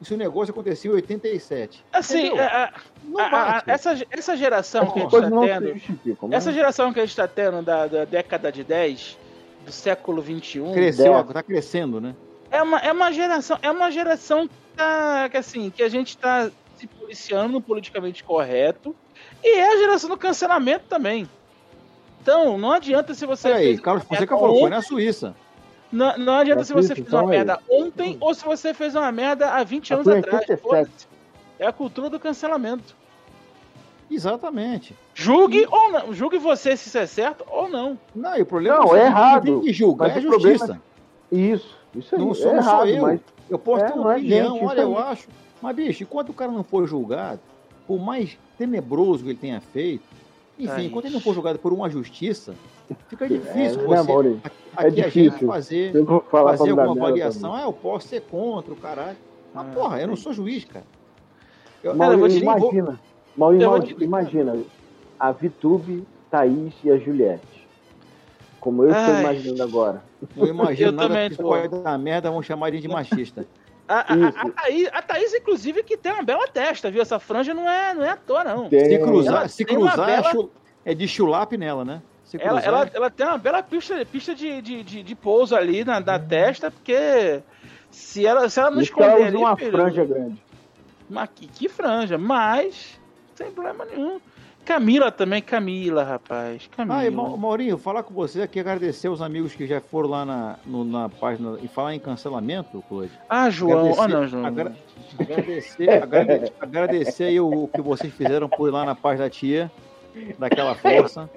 S7: Isso o negócio aconteceu em 87.
S5: Assim,
S7: Entendeu?
S5: a- a-
S7: Não
S5: a- a-
S7: bate.
S5: essa, essa geração que a
S4: As
S5: gente tá
S4: coisas não se
S5: tendo,
S4: justificam, né?
S5: essa geração que a gente tá tendo da, da década de 10, do século 21,
S7: Cresceu,
S4: dessa.
S7: tá crescendo, né?
S5: é uma, é uma geração, é uma geração que, tá- que, assim, que a gente tá se policiando no politicamente correto e é a geração do cancelamento também. Então, não adianta se você
S7: Peraí,
S5: fez
S7: Carlos
S5: uma merda
S7: Fonseca falou, foi
S5: ontem,
S7: na Suíça.
S5: não, não adianta
S4: É
S5: se você
S4: isso,
S5: fez
S4: então
S5: uma
S4: é
S5: merda ontem ou se você fez uma merda há 20
S4: Mas
S5: anos
S4: foi em
S5: atrás.
S7: é
S4: 87.
S5: Foda-se. É a cultura do cancelamento.
S7: Exatamente.
S5: Julgue ou não, julgue você se isso é certo ou não.
S7: Não, e o problema
S4: Não,
S7: que
S4: é
S7: você
S4: errado,
S7: Tem que julgar
S4: mas
S7: é
S4: o problema
S7: justiça.
S4: Isso, isso aí.
S7: Não sou,
S4: é
S7: não sou
S4: errado,
S7: eu.
S4: mas
S7: Eu posso
S4: É,
S7: ter
S4: não
S7: uma
S4: é
S7: opinião,
S4: gente,
S7: olha,
S4: isso
S7: eu
S4: aí.
S7: acho. Mas, bicho, enquanto o cara não for julgado, por mais tenebroso que ele tenha feito, enfim,
S5: Aí.
S7: enquanto ele não for julgado por uma justiça, fica
S4: é,
S7: difícil
S4: né,
S7: você
S4: Maurício?
S7: aqui a gente
S4: difícil.
S7: fazer,
S4: Eu vou falar
S7: fazer
S4: pra dar
S7: alguma
S4: merda né?
S7: avaliação.
S4: também.
S7: Ah, eu posso ser contra o caralho. Mas,
S5: Ah,
S7: porra, eu não sou juiz, cara. Eu,
S5: Cara, eu vou
S4: Maurício,
S5: te-
S4: imagina. Maurício,
S5: eu vou
S4: Maurício, imagina. A Vitube, Thaís e a Juliette. Como eu estou
S5: Ai.
S4: imaginando agora.
S7: não imagino
S5: Eu
S7: nada
S5: também
S7: que
S5: tô.
S7: pode dar merda, vão chamar ele de machista.
S5: A, a, a, a,
S4: Isso.
S5: Thaís, a Thaís, inclusive, que tem uma bela testa, viu? Essa franja não é, não é à toa, não.
S7: Se
S4: Tem-
S7: cruzar,
S5: Ela
S7: se
S5: tem uma
S7: cruzar é,
S5: bela-
S7: chu- é de chulape nela, né? Se
S5: Ela,
S7: cruzar,
S5: ela, é ela tem uma bela pista, pista de, de, de, de pouso ali na, na testa, porque se ela, se ela não
S4: Isso que ela
S5: esconder
S4: usa
S5: ali,
S4: uma
S5: filho,
S4: franja grande.
S5: Mas que, que franja, mas sem problema nenhum. Camila também, Camila, rapaz. Camila.
S7: Ah, e Mau- Maurinho, falar com você aqui, agradecer os amigos que já foram lá na, no- na página e falar em cancelamento, Claude.
S5: ah, João. Ah, não, João.
S7: agra- agradecer, agrade- agradecer aí o, o que vocês fizeram por ir lá na página da tia, daquela força,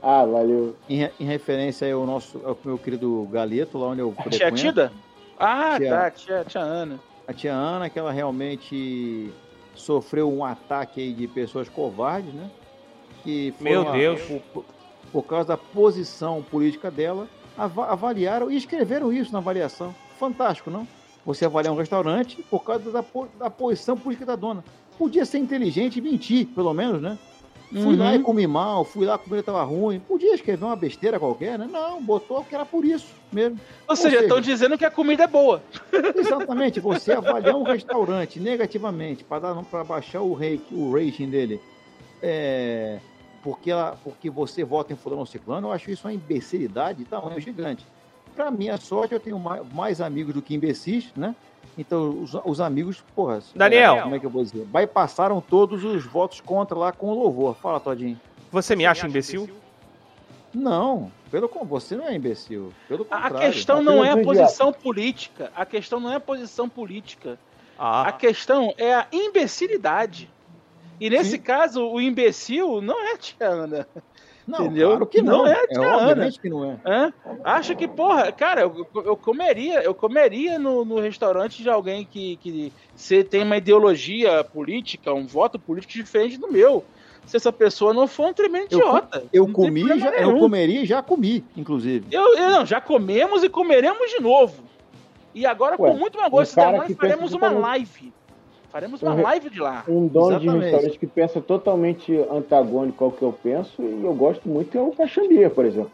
S4: Ah, valeu.
S7: em, re- em referência aí ao nosso, ao meu querido Galeto, lá onde eu
S5: Tia
S7: frequento.
S5: Tida? Ah,
S7: Tia-
S5: tá, tia, tia Ana.
S7: A tia Ana, que ela realmente sofreu um ataque aí de pessoas covardes, né? Que foram
S8: Meu
S7: a-
S8: Deus.
S7: Por, por causa da posição política dela, ava- avaliaram e escreveram isso na avaliação. Fantástico, não? Você avaliar um restaurante por causa da, po- da posição política da dona. Podia ser inteligente e mentir, pelo menos, né? Fui lá e
S5: Uhum.
S7: comi mal, fui lá, a comida estava ruim. Podia escrever uma besteira qualquer, né? Não, botou que era por isso mesmo.
S5: Ou seja,
S7: seja-
S5: estão dizendo que a comida é boa.
S7: Exatamente, você avaliar um restaurante negativamente para dar para baixar o, rate, o rating dele, é, porque ela, porque você vota em fulano ou ciclano, eu acho isso uma imbecilidade de
S5: É.
S7: tamanho gigante. Para minha sorte, eu tenho ma- mais, amigos do que imbecis, né? Então os, os amigos, porra,
S8: Daniel.
S7: como é que eu vou dizer? Bypassaram todos os votos contra lá com louvor. Fala, Todinho.
S8: Você me acha imbecil?
S7: Não, pelo con- você não é imbecil. Pelo
S5: A-
S7: contrário.
S5: a questão
S4: tá
S5: não
S4: tendo
S5: é a
S4: dois
S5: posição política. A questão não é a posição política. A
S8: Ah,
S5: questão é a imbecilidade. E nesse
S7: Sim.
S5: caso, o imbecil não é a tia Ana.
S7: não,
S5: entendeu?
S7: claro que não.
S5: Não é a
S7: é
S5: tia Ana.
S7: obviamente que não é.
S5: Hã? Acho que, porra, cara, eu, eu comeria, eu comeria no, no restaurante de alguém que, que se tem uma ideologia política, um voto político diferente do meu. Se essa pessoa não for um tremendo
S7: Eu com-
S5: idiota. Não
S7: Eu
S5: tem
S7: comi,
S5: problema
S7: já, eu
S5: nenhum.
S7: comeria e já comi, inclusive.
S5: Eu, eu não, já comemos e comeremos de novo. E agora,
S4: Ué,
S5: com muito mais gosto,
S4: um
S5: se
S4: cara
S5: der mais,
S4: que
S5: faremos
S4: pensa
S5: uma
S4: totalmente-
S5: live. Faremos uma
S4: Um re-
S5: live de lá.
S4: Um dono de
S7: Exatamente.
S4: restaurante que pensa totalmente antagônico ao que eu penso e eu gosto muito é o Caxambia, por exemplo.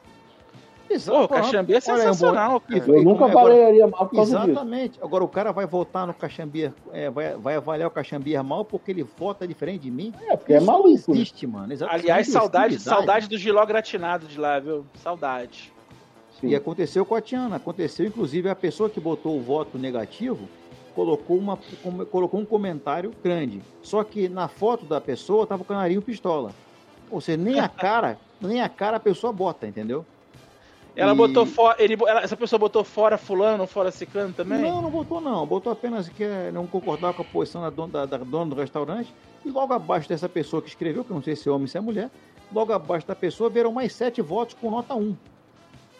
S5: Pô, o Caxambi é
S7: Olha, é um bom-
S5: sensacional,
S7: Isso,
S5: cara.
S4: Eu
S7: e
S4: nunca
S7: como é agora-
S4: falaria mal por causa disso.
S7: Exatamente. Agora o cara vai votar no Caxambia, é, vai, vai avaliar o Caxambia mal porque ele vota diferente de mim.
S4: É, porque é
S7: Isso não
S4: maluco. né?
S7: existe, mano. Exa-
S5: Aliás,
S7: isso é uma
S5: saudade,
S7: imbecilidade.
S5: saudade do giló gratinado de lá, viu? Saudade.
S7: E aconteceu com a Tiana. Aconteceu, inclusive, a pessoa que botou o voto negativo colocou, uma, com- colocou um comentário grande. Só que na foto da pessoa tava o canarinho pistola. Ou seja, nem a cara, nem a cara a pessoa bota, entendeu?
S5: Ela
S7: E-
S5: botou fora. Ele, ela- essa pessoa botou fora fulano, fora ciclano também?
S7: Não, não botou não. Botou apenas que eh, não concordava com a posição da dona, da- da dona do restaurante. E logo abaixo dessa pessoa que escreveu, que eu não sei se é homem ou se é mulher, logo abaixo da pessoa vieram mais sete votos com nota 1.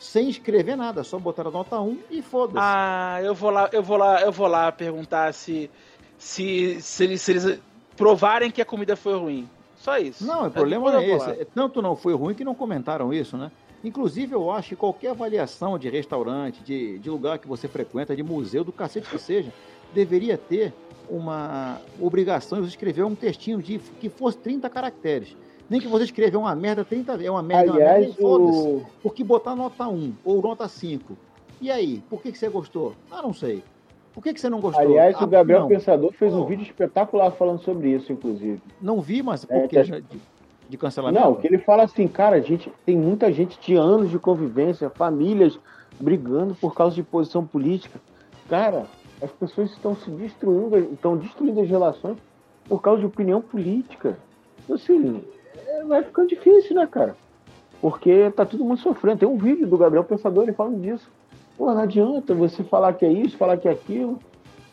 S7: sem escrever nada, só botaram a nota 1 e foda-se.
S5: Ah, eu vou lá, eu vou lá, eu vou lá perguntar se se, se, eles, se eles provarem que a comida foi ruim. Só isso.
S7: Não, o
S5: Eu
S7: problema
S5: vou
S7: não
S5: lá,
S7: é
S5: eu vou lá.
S7: esse. Tanto não foi ruim que não comentaram isso, né? Inclusive, eu acho que qualquer avaliação de restaurante, de, de lugar que você frequenta, de museu, do cacete que seja, deveria ter uma obrigação de você escrever um textinho de que fosse 30 caracteres. Nem que você escreva uma merda 30 vezes. É uma merda, é uma merda
S4: Aliás,
S7: e foda-se.
S4: o...
S7: Porque botar nota 1 ou nota 5. E aí, por que, que você gostou? Ah, não sei. Por que, que você não gostou?
S4: Aliás,
S7: Ah,
S4: o Gabriel
S7: não.
S4: Pensador fez um
S7: Pô.
S4: vídeo espetacular falando sobre isso, inclusive.
S7: Não vi, mas
S4: É,
S7: por que
S4: tá-
S7: de, de cancelamento?
S4: Não, que ele fala assim, cara, a gente tem muita gente de anos de convivência, famílias brigando por causa de posição política. Cara, as pessoas estão se destruindo, estão destruindo as relações por causa de opinião política. Assim, é, vai ficando difícil, né, cara? Porque tá todo mundo sofrendo. Tem um vídeo do Gabriel Pensador ele falando disso. Pô, não adianta você falar que é isso, falar que é aquilo.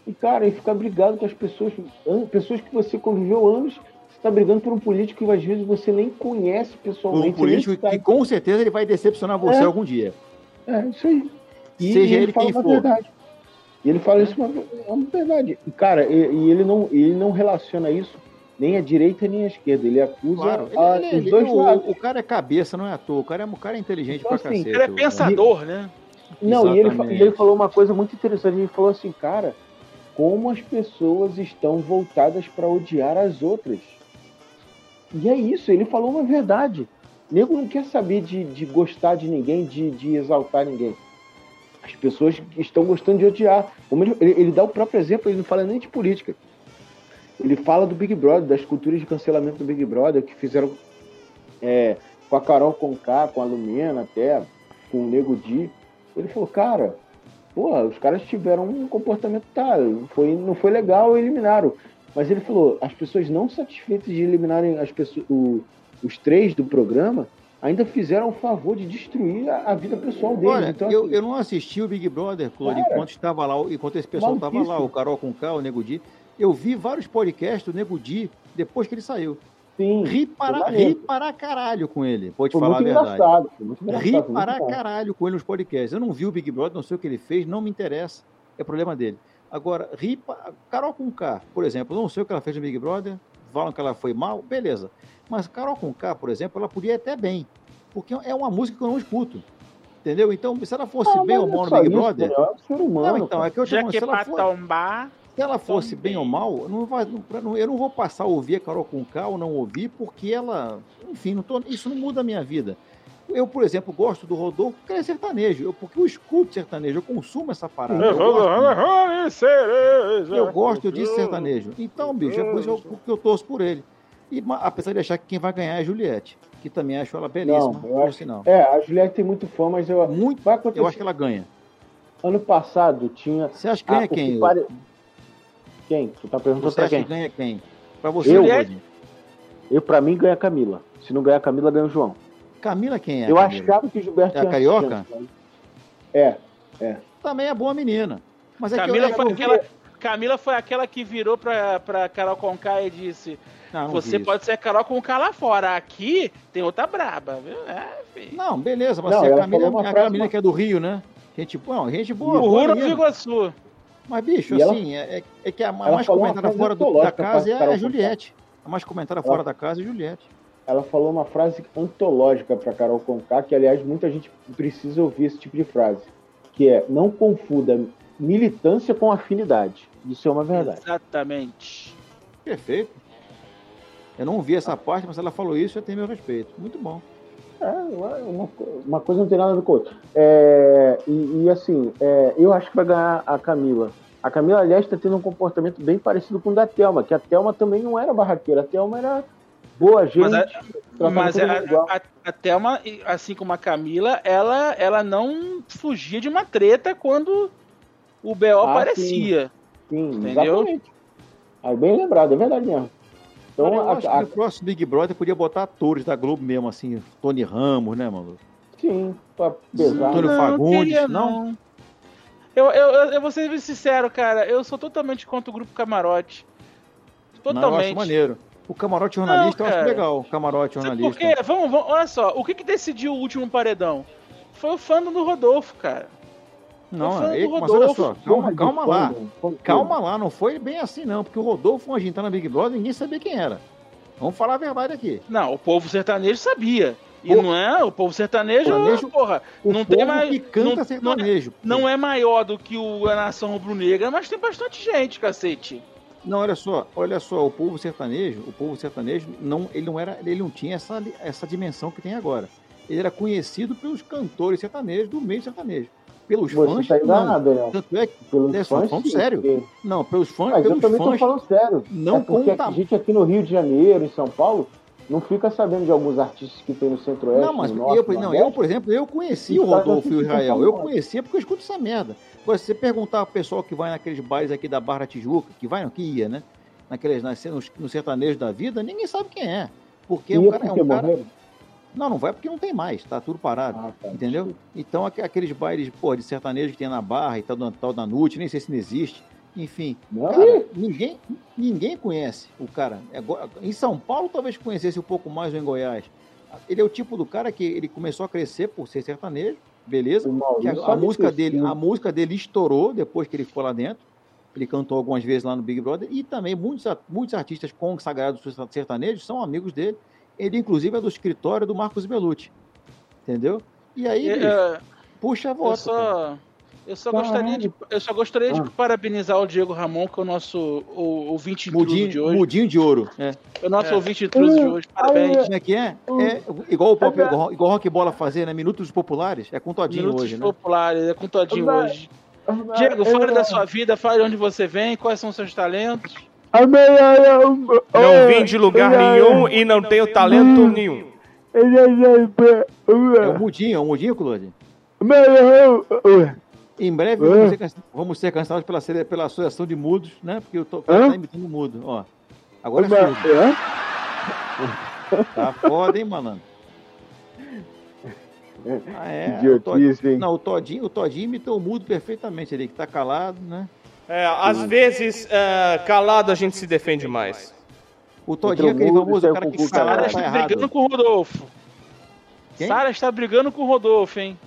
S4: E, cara, e ficar brigado com as pessoas, an- pessoas que você conviveu anos, você tá brigando por um político que às vezes você nem conhece pessoalmente.
S7: um político
S4: nem sabe.
S7: que com certeza ele vai decepcionar você
S4: tá É.
S7: algum dia.
S4: É, isso aí. E
S7: Seja ele
S4: fala
S7: quem
S4: uma
S7: for.
S4: Verdade. né? E ele fala isso uma, é uma verdade. E, cara, e, e ele, não, ele não relaciona isso nem à direita nem à esquerda. Ele acusa
S7: Claro, ele,
S4: a-
S7: ele-
S4: Ah, os
S7: ele-
S4: dois lados.
S7: o, o cara é cabeça, não é à toa. O cara é, um cara inteligente
S4: Então,
S7: pra
S4: assim,
S7: cacete.
S5: Ele é
S7: o-
S5: pensador, né?
S4: Não, e ele, fa-
S7: Exatamente.
S4: e ele falou uma coisa muito interessante. Ele falou assim, cara, como as pessoas estão voltadas para odiar as outras. E é isso, ele falou uma verdade. Nego não quer saber de, de gostar de ninguém, de, de exaltar ninguém. As pessoas estão gostando de odiar. Como Ele, ele- ele dá o próprio exemplo, ele não fala nem de política. Ele fala do Big Brother, das culturas de cancelamento do Big Brother, que fizeram é, com a Carol Conká, com a Lumena até, com o Nego Di. Ele falou, cara, porra, os caras tiveram um comportamento, tá, foi, não foi legal, eliminaram. Mas ele falou, as pessoas não satisfeitas de eliminarem as pessoas, o- os três do programa, ainda fizeram o favor de destruir a, a vida pessoal deles.
S7: Olha,
S4: então,
S7: eu,
S4: assim,
S7: eu não assisti o Big Brother, Claude,
S4: Cara.
S7: enquanto estava lá, enquanto esse pessoal estava lá,
S4: Maluquice.
S7: o Carol com K, o Nego Di. Eu vi vários podcasts do Nego Di depois que ele saiu.
S4: sim,
S7: Ri para,
S4: foi maneiro.
S7: ri para caralho com ele, vou te
S4: foi
S7: falar a
S4: muito
S7: verdade.
S4: engraçado. Foi muito engraçado.
S7: Ri
S4: foi muito
S7: para
S4: engraçado.
S7: caralho com ele nos podcasts. Eu não vi o Big Brother, não sei o que ele fez, não me interessa. É problema dele. Agora, ri pa- Carol com K, por exemplo, eu não sei o que ela fez no Big Brother, falam que ela foi mal, beleza. Mas Carol com K, por exemplo, ela podia ir até bem, porque é uma música que eu não escuto. Entendeu? Então, se ela fosse
S4: Ah,
S7: bem
S4: mas
S7: ou
S4: é
S7: mal no
S4: só
S7: Big
S4: isso,
S7: Brother.
S4: Daniel, é um ser humano.
S7: não, então,
S4: cara.
S7: é que eu te
S5: Já
S7: falo, se
S5: que é
S7: ela
S5: pra
S7: for-
S5: tombar.
S7: se ela fosse
S5: Também.
S7: bem ou mal, não vai, não, pra- não- eu não vou passar a ouvir a Carol com K ou não ouvir, porque ela, enfim, não tô- isso não muda a minha vida. Eu, por exemplo, gosto do Rodolfo porque ele é sertanejo, eu, porque eu escuto sertanejo, eu consumo essa parada. Eu
S8: é,
S7: gosto, eu gosto de sertanejo. Então, bicho, é por isso que eu, que eu torço por ele. E, ma- apesar de achar que quem vai ganhar é a Juliette, que também acho ela belíssima,
S4: Não, eu
S7: por
S4: acho-
S7: sinal.
S4: É, a Juliette tem muito fã, mas eu,
S7: Muito,
S4: vai acontecer.
S7: eu acho que ela ganha.
S4: Ano passado tinha.
S7: Você acha que ganha
S4: Ah, o que
S7: quem?
S4: pare- Quem? Tu tá perguntando
S7: Você
S4: pra
S7: acha
S4: quem?
S7: que ganha quem? Pra você,
S4: Eu?
S7: Rodolfo.
S4: Eu, pra mim, ganha a Camila. Se não ganhar a Camila, ganha o João.
S7: Camila quem é?
S4: eu
S7: Camila?
S4: achava que o Gilberto
S7: É a
S4: tinha
S7: carioca?
S4: chance, mas- É.
S7: também é boa menina. Mas é
S5: Camila
S7: que eu,
S5: foi
S7: eu
S5: aquela. Camila foi aquela que virou pra, pra Carol Conká e disse:
S7: Ah, Não, não vi
S5: Você
S7: isso.
S5: pode ser a Carol Conká lá fora, aqui tem outra braba, viu? É, filho.
S7: Não, beleza, mas
S4: Não,
S7: se a
S4: ela
S7: Camila,
S4: falou uma
S7: a
S4: frase
S7: Camila
S4: ma-
S7: que é do Rio, né? Gente boa, gente boa.
S5: O
S7: boa
S5: Ruro do
S7: menina.
S5: Iguaçu.
S7: Mas, bicho,
S4: E ela-
S7: assim, é, é que a
S4: ela
S7: mais
S4: falou uma
S7: comentada
S4: frase
S7: fora do- da
S4: antológica pra
S7: casa é
S4: Carol
S7: a
S4: Conká.
S7: Juliette. A mais comentada fora da casa é a Juliette.
S4: Ela falou uma frase antológica pra Carol Conká, que, aliás, muita gente precisa ouvir esse tipo de frase. Que é, não confunda militância com afinidade. Isso é uma verdade.
S5: Exatamente.
S7: Perfeito. Eu não vi essa parte, mas ela falou isso e eu tenho meu respeito. Muito bom.
S4: É, uma, co- uma coisa não tem nada a ver com a outra. É, e, e, assim, é, eu acho que vai ganhar a Camila. A Camila, aliás, está tendo um comportamento bem parecido com o da Thelma, que a Thelma também não era barraqueira, a Thelma era boa gente.
S5: Mas a-
S4: tratava
S5: Mas é-
S4: todo
S5: a,
S4: mundo igual.
S5: a, a Thelma, e- assim como a Camila, ela, ela não fugia de uma treta quando o B.O.
S4: Ah,
S5: aparecia.
S4: Sim,
S5: entendeu?
S4: exatamente. Aí bem lembrado, é verdade mesmo. Então,
S7: Cara, eu
S4: a-
S7: acho
S4: a-
S7: que no próximo Big Brother podia botar atores da Globo mesmo, assim, Tony Ramos, né, mano?
S4: sim, pra pesar.
S7: Antônio Fagundes,
S5: queria
S7: não?
S5: Eu, eu, eu, eu vou ser sincero, cara. Eu sou totalmente contra o grupo Camarote.
S7: Não, eu acho
S5: Totalmente.
S7: maneiro. O camarote jornalista eu acho
S5: cara.
S7: legal. O camarote
S5: Sabe
S7: jornalista.
S5: por quê? Vamos, vamos, olha só. O que, que decidiu o último paredão? Foi o fã do Rodolfo, cara.
S7: Não,
S5: Tô falando
S7: ei,
S5: do
S7: mas olha
S5: Rodolfo,
S7: só, calma, calma lá.
S4: né?
S7: Calma lá, não foi bem assim não, porque o Rodolfo, a gente tá na Big Brother, ninguém sabia quem era. Vamos falar a verdade aqui.
S5: Não, o povo sertanejo sabia. E não é, o povo sertanejo,
S7: Sertanejo-
S5: porra,
S7: O
S5: não
S7: povo
S5: tem mais.
S7: que canta
S5: não- não, é,
S7: sertanejo.
S5: não é maior do que o, a nação rubro-negra, mas tem bastante gente, cacete.
S7: Não, olha só, olha só, o povo sertanejo, o povo sertanejo não, ele não era, ele não tinha essa, essa dimensão que tem agora. Ele era conhecido pelos cantores sertanejos do meio sertanejo, pelos fãs.
S4: Você tá
S7: não.
S4: enganado, Léo.
S7: Tanto é que,
S4: Pelos
S7: é, só falando
S4: sim,
S7: sério.
S4: porque-
S7: não, pelos fãs,
S4: Mas eu
S7: pelos
S4: também tô
S7: fãs.
S4: falando sério.
S7: não
S4: é porque
S7: conta-
S4: a gente aqui no Rio de Janeiro, em São Paulo, não fica sabendo de alguns artistas que tem no Centro-Oeste.
S7: Não, mas
S4: no Norte,
S7: eu,
S4: no
S7: não, eu,
S4: Nordeste.
S7: por exemplo, eu conheci
S4: Isso
S7: o
S4: tá
S7: Rodolfo e o
S4: acontecendo
S7: Israel.
S4: com
S7: Eu
S4: nós.
S7: conhecia porque eu escuto essa merda. Agora, se você perguntar pro pessoal que vai naqueles bares aqui da Barra da Tijuca, que vai, não, que ia, né? Naqueles, nas, nos, nos sertanejos da vida, ninguém sabe quem é. Porque
S4: E
S7: o
S4: é
S7: cara é
S4: porque
S7: um cara.
S4: morreram?
S7: Não, não vai porque não tem mais, tá tudo parado.
S4: Ah, tá,
S7: Entendeu? Então, aque- aqueles bailes, pô, de sertanejo que tem na Barra e tal, do- tal da Nute, nem sei se não existe. Enfim,
S4: Não,
S7: Cara, ninguém, ninguém conhece o cara. Agora, Em São Paulo, talvez conhecesse um pouco mais ou em Goiás. Ele é o tipo do cara que ele começou a crescer por ser sertanejo, beleza?
S4: o Maurício
S7: Que a, a
S4: sabe
S7: música
S4: disso,
S7: dele,
S4: né?
S7: a música dele estourou depois que ele ficou lá dentro. Ele cantou algumas vezes lá no Big Brother e também muitos, a- muitos artistas consagrados sertanejos são amigos dele. Ele inclusive é do escritório do Marcos Bellucci. Entendeu? E aí,
S5: É,
S7: bicho,
S5: é,
S7: puxa a
S5: eu
S7: voz.
S5: só. Eu só,
S4: Caralho.
S5: gostaria de, eu só gostaria de
S4: Ah.
S5: parabenizar o Diego Ramon, que é o nosso o, ouvinte intruso de
S7: Mudinho,
S5: hoje.
S7: mudinho de ouro. É.
S5: É o nosso ouvinte intruso de
S4: Hum,
S5: hoje. Parabéns.
S7: Como é que é? É igual o próprio, igual, igual o Rock Bola fazer, né? Minutos populares. É com Todinho
S5: Minutos
S7: hoje, né?
S5: populares, é com Todinho
S4: Mas-
S5: hoje. Diego,
S4: Eu-
S5: fale da sua vida, fale de onde você vem, quais são seus talentos.
S4: um,
S8: Não vim de lugar nenhum e não tenho
S7: Hum.
S8: talento nenhum.
S4: é, um,
S7: É o Mudinho, é o Mudinho, Claude.
S4: um,
S7: Em breve
S4: É.
S7: vamos ser, canc- vamos ser cancelados pela, sele- pela associação de mudos, né? Porque eu tô tá imitando mudo, ó. Agora é
S4: um,
S7: surdo. Tá foda, hein, malandro? Ah, é. O Todinho,
S4: Idiotice, hein?
S7: não, o Todinho, o Todinho imitou o mudo perfeitamente ali, que tá calado, né?
S8: É, às vezes, é, calado a gente se defende mais.
S7: O Todinho é aquele
S4: mudo,
S7: famoso
S4: saiu
S7: cara
S4: com
S7: que
S4: o cu
S5: Sara
S7: fala,
S4: calado.
S7: tá
S5: está brigando
S7: errado.
S5: com o Rodolfo.
S7: Quem?
S5: Sara está brigando com o Rodolfo, hein?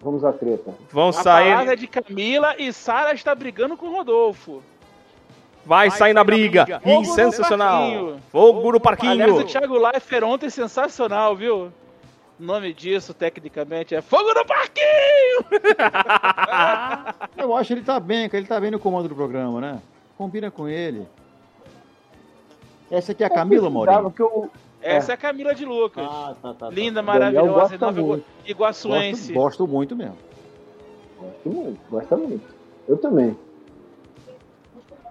S4: Vamos à treta.
S8: Vão
S5: A
S8: sair.
S5: palavra é de Camila e Sara está brigando com o Rodolfo.
S8: Vai sair na briga.
S5: Fogo
S8: Ih,
S5: no
S8: sensacional.
S5: parquinho.
S8: Fogo no
S5: Aliás, o
S8: parquinho.
S5: Thiago Leifert ontem é sensacional, viu? O nome disso, tecnicamente, é Fogo no Parquinho!
S7: Eu acho que ele tá bem, cara. Ele tá bem no comando do programa, né? Combina com ele. Essa aqui é a Camila,
S4: Precisava
S7: Maurinho.
S4: que eu-
S5: Essa é a Camila de Lucas.
S7: tá, tá.
S5: Linda,
S4: Ah, Daniel
S5: maravilhosa,
S4: gosta
S5: nova igua-
S4: muito.
S5: iguaçuense.
S7: Gosto, gosto muito mesmo.
S4: Gosto muito, gosta muito. Eu também.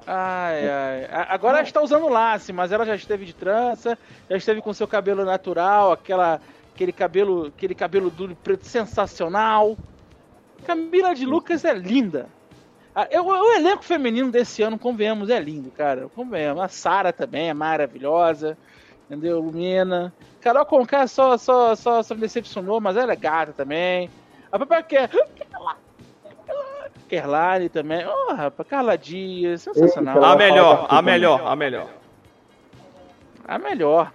S5: Ai, ai. A- Agora ela está usando lace, mas ela já esteve de trança, já esteve com seu cabelo natural, aquela, aquele cabelo, aquele cabelo duro e preto sensacional. Camila de Lucas é linda. Ah, eu- o elenco feminino desse ano, convenhamos, é lindo, cara. Convenhamos. A Sara também é maravilhosa. Entendeu? Lumina. Carol Conká só, só, só, só me decepcionou, mas ela é gata também. A Papai quer. Kerlane também. Ó, rapaz, Carla Dias, sensacional.
S4: Eita,
S8: A melhor, a melhor, a melhor.
S5: A melhor.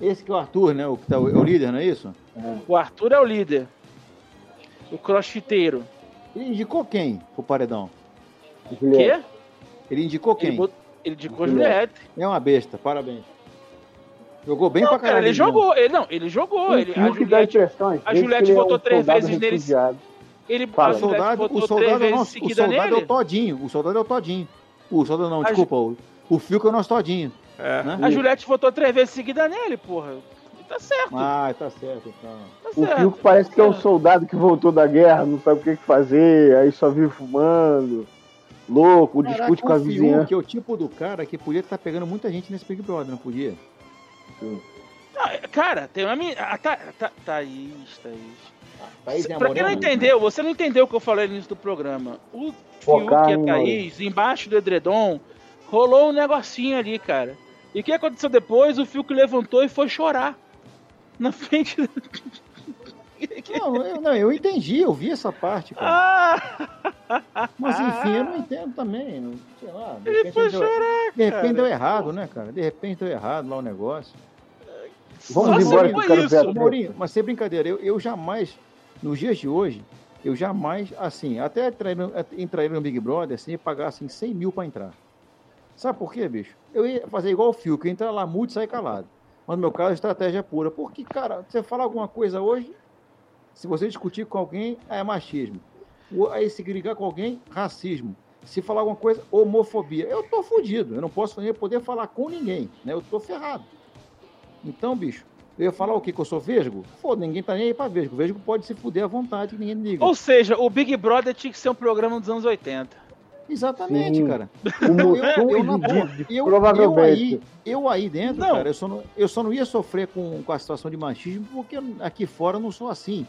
S7: Esse que é o Arthur, né? O, que tá, é o líder, não é isso?
S5: O Arthur é o líder. O crossfiteiro.
S7: Ele indicou quem pro paredão?
S4: Juliette.
S5: Quê?
S7: Ele indicou quem?
S5: Ele, bot... ele indicou
S4: Juliette.
S5: Juliette.
S7: É uma besta, parabéns. Jogou bem
S5: Não,
S7: pra
S5: cara,
S7: caralho.
S5: ele
S7: mesmo.
S5: jogou. Ele, não, ele jogou. Ele, a
S4: O que dá
S5: Juliette,
S4: impressão, às
S5: a
S4: vezes,
S5: Juliette
S4: que ele é um
S5: votou três
S4: soldado
S5: vezes nele.
S4: refugiado.
S5: ele
S7: O
S4: Fala.
S5: a Juliette
S7: soldado, o
S5: votou três
S7: soldado é o
S5: vezes
S7: nosso. O
S5: seguida
S7: soldado é
S5: nele.
S7: o Todinho. O soldado é o Todinho. O soldado não,
S5: A Ju-
S7: desculpa. O, o Fio que é o nosso Todinho.
S8: É.
S7: Né?
S5: A Juliette votou três vezes seguida nele, porra. Tá certo,
S7: Ah, tá certo então.
S5: tá
S4: O
S5: certo.
S4: Fico parece que é um soldado que voltou da guerra, não sabe o que que fazer, aí só vive fumando, louco,
S7: Caraca,
S4: discute com a
S7: o Fiuk
S4: vizinhança.
S7: é o tipo do cara que podia estar pegando muita gente nesse Big Brother, não podia?
S5: Ah, Cara, tem uma menina. Ah, tá, tá, Thaís, Thaís.
S7: Thaís é a
S5: pra quem não
S7: morena, né?
S5: entendeu, você não entendeu o que eu falei no início do programa. O Fiuk
S4: Focar
S5: e a
S4: em
S5: Thaís, embaixo do edredom, rolou um negocinho ali, cara. E o que aconteceu depois? O Fiuk levantou e foi chorar. Na frente. do-
S7: Não, eu, não, eu entendi, eu vi essa parte, cara.
S5: Ah!
S7: Mas enfim, eu não entendo também. não- Sei lá, de
S5: Ele
S7: repente,
S5: foi
S7: deu,
S5: chorar,
S7: de repente
S5: cara.
S7: deu errado, né, cara? De repente deu errado lá o negócio.
S4: Vamos
S5: Só se
S4: embora que
S5: foi
S4: eu quero ver a
S5: isso.
S4: treta.
S7: Maurinho, mas sem brincadeira, eu, eu jamais Nos dias de hoje, eu jamais, assim, até entraria entraria no Big Brother assim, e pagasse assim, 100 mil pra entrar. Sabe por quê, bicho? Eu ia fazer igual o Fio, que entra lá muito e sai calado. Mas no meu caso, a estratégia é pura. Porque, cara, você fala alguma coisa hoje, se você discutir com alguém, é machismo. O- Aí se brigar com alguém, racismo. Se falar alguma coisa, homofobia. Eu tô fudido. Eu não posso nem poder falar com ninguém. Né? Eu tô ferrado. Então, bicho, eu ia falar o quê? Que eu sou vesgo? Foda, ninguém tá nem aí pra vesgo. Vesgo pode se fuder à vontade, que ninguém liga.
S5: Ou seja, o Big Brother tinha que ser um programa dos anos 80.
S7: Exatamente,
S5: Sim.
S7: cara.
S5: O motor
S7: Eu- eu, na boa,
S5: ridículo,
S7: eu- eu aí,
S5: provavelmente.
S7: eu aí dentro,
S5: Não.
S7: cara, eu só, não, eu só não ia sofrer com, com a situação de machismo, porque eu- aqui fora eu não sou assim.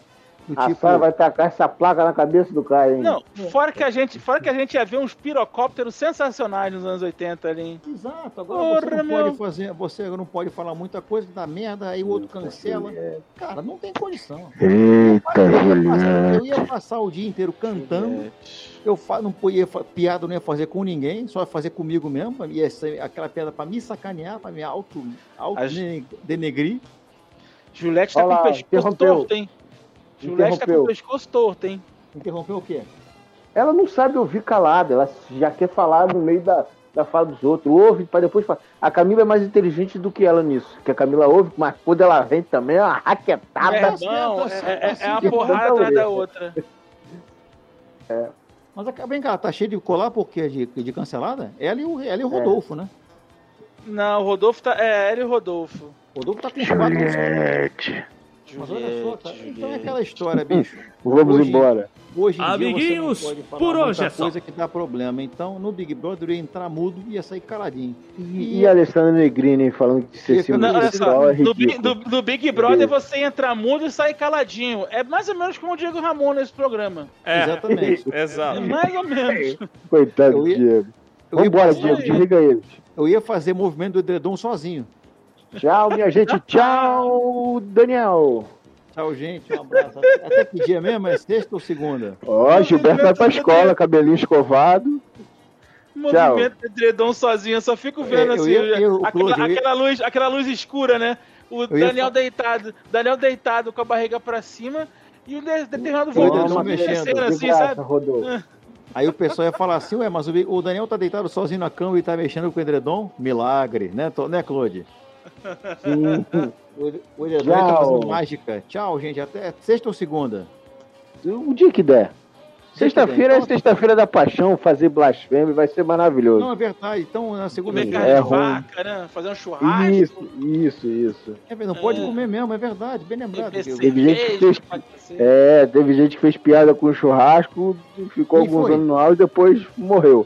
S7: Do
S5: Ah,
S4: A
S7: tipo,
S4: senhora vai tacar essa placa na cabeça do cara, hein?
S5: Não, fora que a gente, fora que a gente ia ver uns pirocópteros sensacionais nos anos 80 ali. Hein?
S7: Exato,
S5: Porra,
S7: agora você não
S5: meu.
S7: pode fazer, você não pode falar muita coisa que dá merda, aí o outro cancela.
S4: é
S7: Cara, não tem condição.
S11: Eita,
S7: Eu ia passar o dia inteiro cantando. Eu fa- não ia fa- piada não ia fazer com ninguém, só ia fazer comigo mesmo. Ia ser aquela piada pra me sacanear, pra me auto, auto dene- denegrir.
S5: Juliette tá com o pescoço torto, hein? Juliette tá com o
S4: Interrompeu.
S5: pescoço torto, hein?
S7: Interrompeu o quê?
S4: Ela não sabe ouvir calada, ela já quer falar no meio da, da fala dos outros, ouve para depois falar. A Camila é mais inteligente do que ela nisso, que a Camila ouve, mas quando ela vem também é uma raquetada.
S5: É, não, é, é, é uma porrada atrás da outra.
S4: É.
S7: Mas a- vem cá, tá cheio de colar por quê? De, de cancelada? Ela e o, ela e o Rodolfo, né?
S5: Não, o Rodolfo tá. É, ele e o Rodolfo.
S7: Rodolfo tá com
S11: Juliette.
S7: Mas olha só, tá- então é aquela história, bicho.
S4: Vamos
S7: Hoje-
S4: embora.
S7: Hoje em
S4: Amiguinhos,
S7: dia você não pode falar
S4: por hoje
S7: muita
S4: é só.
S7: coisa que dá problema. Então, no Big Brother, eu ia entrar mudo e ia sair caladinho.
S4: E Alessandra Negrini hein, falando que sexismo
S5: Não, olha
S4: sexual
S5: só,
S4: é
S5: no, Bi-
S4: ridículo.
S5: do, do Big Brother você entra mudo e sai caladinho. É mais ou menos como o Diego Ramon nesse programa.
S8: É,
S7: Exatamente.
S8: Exato.
S5: É mais ou menos.
S4: Coitado do
S7: Eu ia-
S4: Diego.
S7: eu ia
S4: Vambora,
S7: passar-
S4: Diego, desliga ele.
S7: Eu ia fazer movimento do edredom sozinho.
S4: Tchau, minha gente. Tchau, Daniel.
S7: Tchau, gente. Um abraço. Até que dia mesmo? É sexta ou segunda?
S4: Ó, Gilberto vai pra escola, cabelinho escovado. Tchau.
S5: Movimento de edredom sozinho, eu só fico vendo
S7: É, eu
S5: assim,
S7: ia- eu-
S5: aquela,
S7: Cláudio, eu ia-
S5: aquela luz, aquela luz escura, né? O
S7: ia
S5: Daniel deitado, Daniel deitado com a barriga pra cima e o de- determinado
S7: O
S5: volume
S7: edredom
S5: descendo
S7: mexendo.
S5: assim, sabe?
S7: Aí o pessoal ia falar assim, ué, mas o, o Daniel tá deitado sozinho na cama e tá mexendo com o edredom? Milagre, né, Tô- né Claude? O, ed- o edredom ele tá
S4: Tchau.
S7: fazendo mágica. Tchau, gente. Até sexta ou segunda?
S4: O dia que der. Sexta-feira é
S7: Então-
S4: sexta-feira da paixão, fazer blasfêmia vai ser maravilhoso.
S7: Não, é verdade. Então, na segunda
S4: Comer carne de É ruim.
S5: vaca, né? Fazer um churrasco.
S4: Isso, isso, isso.
S7: É, não pode comer mesmo, é verdade. Bem lembrado.
S4: Teve gente que fez, é, teve gente que fez piada com o churrasco, ficou
S7: Quem
S4: alguns
S7: foi?
S4: anos no ar e depois morreu.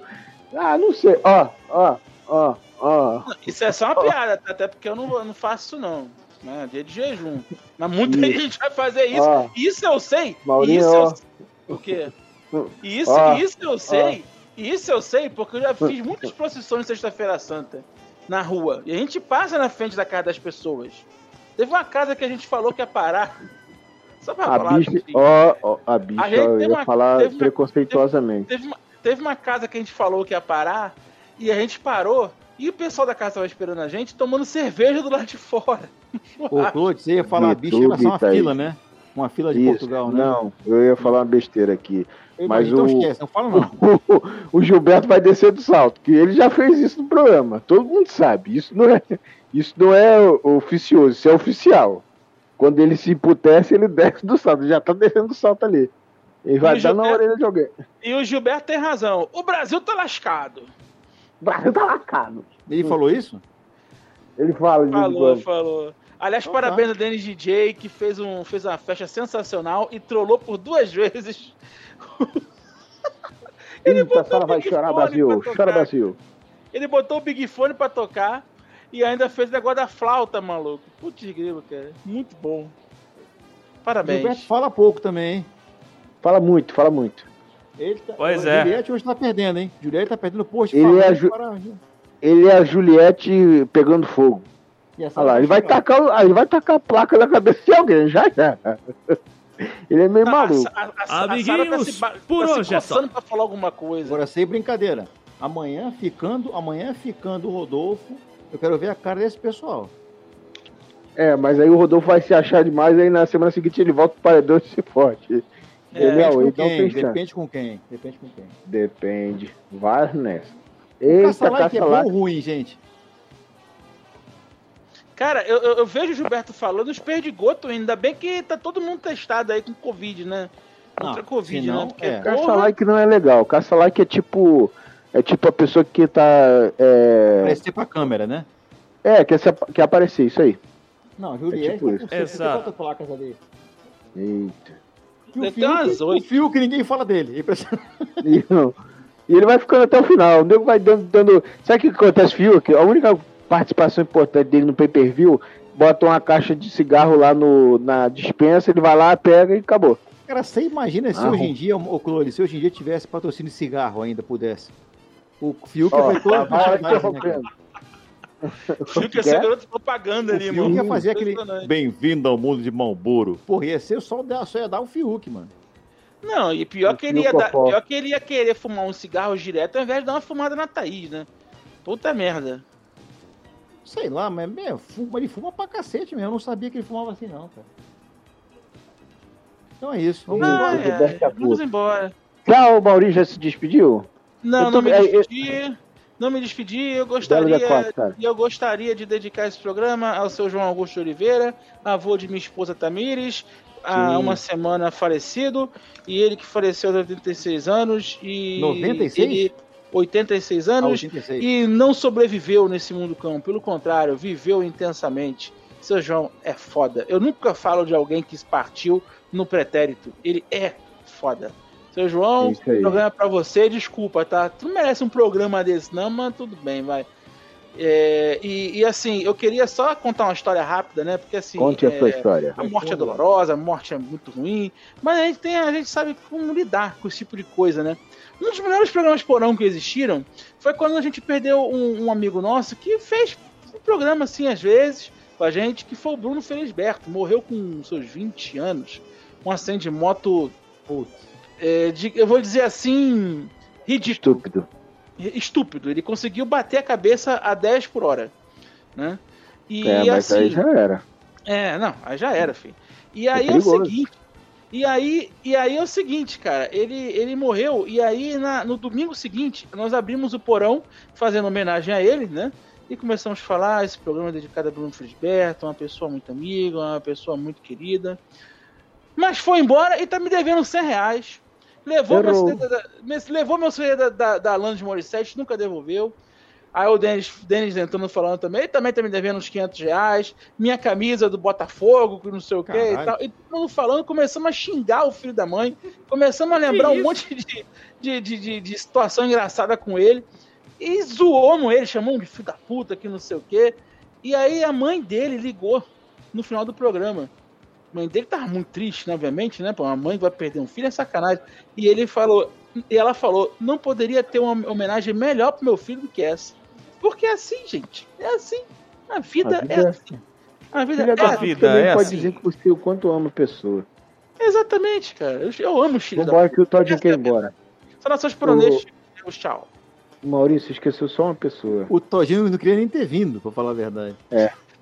S4: Ah, não sei. Ó, ó, ó, ó.
S5: Isso é só uma piada, tá? até porque eu não, eu não faço isso não. Né? Dia de jejum. Mas muita
S4: Isso.
S5: gente vai fazer isso.
S4: Ó.
S5: Isso eu sei.
S4: Maurinho,
S5: isso eu
S4: ó.
S5: sei. O quê? Isso,
S4: Ó.
S5: isso eu sei. Isso eu sei, porque eu já fiz muitas procissões de Sexta-feira Santa na rua. E a gente passa na frente da casa das pessoas. Teve uma casa que a gente falou que ia parar. Só pra
S4: A
S5: falar.
S4: bicha,
S5: assim.
S4: ó, ó, a bicha,
S5: A gente
S4: ó, eu
S5: tem
S4: ia
S5: uma-
S4: falar
S5: teve uma-
S4: preconceituosamente.
S5: Teve uma, teve uma casa que a gente falou que ia parar, e a gente parou, e o pessoal da casa tava esperando a gente, tomando cerveja do lado de fora.
S7: Ô, Claude, ah, você ia falar bicho,
S4: YouTube
S7: era só uma
S4: tá aí.
S7: fila, né? Uma fila de
S4: Isso.
S7: Portugal, né?
S4: Não, eu ia falar uma besteira aqui.
S7: Eu
S4: Mas
S7: imagino,
S4: o,
S7: então esquece, não fala não.
S4: o Gilberto vai descer do salto, que ele já fez isso no programa. Todo mundo sabe. Isso não é, isso não é oficioso, isso é oficial. Quando ele se imputece, ele desce do salto. Ele já tá descendo do salto ali. Ele vai
S5: E o
S4: dar na
S5: Gilberto-
S4: orelha de alguém.
S5: E o Gilberto tem razão. O Brasil tá lascado.
S4: O Brasil tá lacado.
S7: Ele falou isso?
S4: Ele fala, ele
S5: Falou,
S4: fala.
S5: falou. Aliás,
S4: Então
S5: parabéns
S4: tá.
S5: ao Denis DJ, que fez, um, fez uma festa sensacional e trollou por duas vezes.
S4: Eita, a senhora vai chorar, Brasil.
S5: pra tocar.
S4: Chora, Brasil.
S5: Ele botou o Big Fone pra tocar e ainda fez o negócio da flauta, maluco. Putz, grilo, cara. Muito bom. Parabéns.
S7: Gilberto fala pouco também, hein?
S4: Fala muito, fala muito.
S7: Ele tá...
S8: Pois
S7: o
S8: é.
S7: Juliette hoje tá perdendo, hein? Juliette tá perdendo posto.
S4: Ele
S7: falando
S4: é Ju-
S7: para-
S4: Ele é a Juliette pegando fogo.
S7: E essa tá
S4: Olha lá, ele vai tacar, o- ah, ele vai tacar a placa na cabeça de alguém, já já. Ele é
S5: Tá,
S4: meio maluco.
S5: Amiguinhos, por hoje é só. pra falar alguma coisa.
S7: Agora, sem brincadeira. Amanhã ficando, amanhã ficando o Rodolfo, eu quero ver a cara desse pessoal.
S4: É, mas aí o Rodolfo vai se achar demais, aí na semana seguinte ele volta pro paredão e se forte.
S7: É, depende, com quem,
S4: Depende.
S7: depende com quem. Depende com quem.
S4: depende. Vai nessa.
S7: Eita,
S4: Eita,
S7: caça like é bom
S4: caça-like.
S7: ou ruim, gente?
S5: Cara, eu, eu- eu vejo o Gilberto falando os perdigotos, ainda bem que tá todo mundo testado aí com Covid, né? Contra a Covid, né? Porque,
S4: Caça like não é legal. Caça like é tipo. É tipo a pessoa que tá. É,
S7: Aparecer pra câmera, né?
S4: é quer, se, ap- quer aparecer, isso aí.
S7: Não,
S4: É
S7: Juliette
S4: tipo
S7: tá
S4: isso.
S7: com 64
S5: Exato.
S7: placas ali.
S4: Eita.
S7: E
S5: Deve ter
S7: o fio,
S5: umas
S7: o fio que ninguém fala dele. É impressionante.
S4: E, não. E ele vai ficando até o final. O nego vai dando. dando... Sabe o que acontece, Fiuk? A única participação importante dele no pay per view, bota uma caixa de cigarro lá no, na dispensa, ele vai lá, pega e acabou.
S7: Cara, você imagina se
S4: Ah,
S7: hoje em
S4: ruim.
S7: dia, ô Clone, se hoje em dia tivesse patrocínio de cigarro ainda, pudesse. O Fiuk
S4: Ó,
S7: vai todo
S4: tá
S7: personagem, né, cara?
S4: interrompendo.
S5: Fica essa garota propaganda
S7: O
S5: ali,
S7: Fiuk
S5: mano.
S7: ia fazer aquele
S5: Impressionante.
S7: bem-vindo ao mundo de Malboro. Porra, ia ser só, dar- só ia dar o Fiuk, mano.
S5: Não, e pior que, ele ia
S4: Fiuk
S5: dar-
S4: Copó.
S5: pior que ele ia querer fumar um cigarro direto ao invés de dar uma fumada na Thaís, né? Puta merda.
S7: Sei lá, mas meu, fuma, ele fuma pra cacete mesmo. Eu não sabia que ele fumava assim, não, cara. Então é isso. Vamos
S5: Não,
S7: embora.
S4: Deus,
S5: é,
S4: Gilberto acabou.
S5: vamos embora.
S4: Tchau, o Maurício já se despediu?
S5: Não, não
S4: Eu tô-
S5: me
S4: é, eu-
S5: despedi. Não me despedi, eu gostaria,
S4: Dá-lhe a quatro, tá? cara.
S5: e eu gostaria de dedicar esse programa ao seu João Augusto Oliveira, avô de minha esposa Tamires, há
S7: Sim.
S5: uma semana falecido, e ele que faleceu aos 86 anos e
S7: 96?
S5: ele- 86
S7: Ah,
S5: anos
S7: 86.
S5: é, e não sobreviveu nesse mundo cão, pelo contrário, viveu intensamente. Seu João é foda. Eu nunca falo de alguém que partiu no pretérito. Ele é foda. Seu
S4: É
S5: João,
S4: isso aí.
S5: programa pra você, desculpa, tá? Tu não merece um programa desse, não, mas tudo bem, vai. É, e, e, assim, eu queria só contar uma história rápida, né? Porque assim.
S4: Conte
S5: é,
S4: a sua história.
S5: a morte é dolorosa, a morte é muito ruim, mas a gente, tem, a gente sabe como lidar com esse tipo de coisa, né? Um dos melhores programas porão que existiram foi quando a gente perdeu um, um amigo nosso que fez um programa assim, às vezes, com a gente, que foi o Bruno Felisberto. Morreu com seus 20 anos, um acidente de moto. é, de- eu vou dizer assim, ridículo
S4: Estúpido.
S5: estúpido. Ele conseguiu bater a cabeça a 10 por hora. Né? E
S4: é, mas
S5: assim.
S4: aí já era.
S5: É, não, aí já era, filho. E aí é o
S4: perigoso.
S5: seguinte. E aí, e aí é o seguinte, cara, ele, ele morreu, e aí na- no domingo seguinte, nós abrimos o porão fazendo homenagem a ele, né? E começamos a falar, esse programa é dedicado a Bruno Frisberto, uma pessoa muito amiga, é uma pessoa muito querida. Mas foi embora e tá me devendo 100 reais. Levou, meu
S4: Errou.
S5: CD, da, me- levou meu CD da, da, da Alanis Morissette, nunca devolveu. Aí o Denis, Denis entrando falando também, ele também tá me devendo uns 500 reais. Minha camisa do Botafogo, que não sei o que e
S7: Caralho.
S5: tal. E todo mundo falando, começamos a xingar o filho da mãe. Começamos a lembrar um monte de, de, de, de- de situação engraçada com ele. E zoamos ele, chamou um de filho da puta, que não sei o quê. E aí a mãe dele ligou no final do programa. A mãe dele tava muito triste, né, obviamente, né? Pô, uma mãe que vai perder um filho é sacanagem. E ele falou, e ela falou, não poderia ter uma homenagem melhor pro meu filho do que essa. Porque é assim, gente. É assim. A vida,
S4: A vida
S5: é,
S4: é
S5: assim. A vida
S4: Filha
S5: é
S4: da
S5: assim.
S8: vida
S4: Também
S8: é
S4: pode
S8: assim.
S4: dizer que você o quanto ama a pessoa.
S5: Exatamente, cara. Eu, eu amo o Chile.
S4: Vambora que o Todd
S5: Essa
S4: quer
S5: é
S4: ir
S5: a
S4: embora.
S5: São nações poronestes. Tchau.
S4: Maurício esqueceu só uma pessoa.
S7: O Todinho não queria nem ter vindo, pra falar a verdade.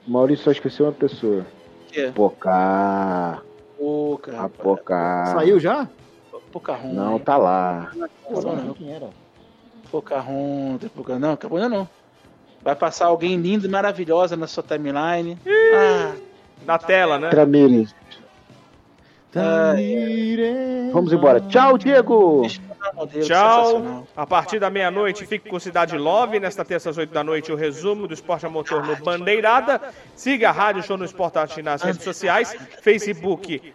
S4: Maurício só esqueceu uma pessoa.
S5: Que é?
S4: Pocá.
S5: Ô, cara.
S4: A Pocá.
S7: Saiu já?
S5: Pocahontas.
S4: Ah, Não, tá lá.
S7: Pô,
S5: não,
S7: não,
S5: não.
S7: quem era?
S5: Pocahontas. Poca... Não, acabou ainda não. Vai passar alguém lindo e maravilhosa na sua timeline. Ah,
S8: Na tela, né?
S4: Tramires. Vamos embora. Tchau, Diego.
S5: deixa eu mandar um modelo sensacional.
S8: Tchau. A partir da meia-noite, fique com Cidade Love. Nesta terça às oito da noite, o resumo do Esporte a Motor no Bandeirada. Siga a Rádio Show no Esporte nas redes sociais, Facebook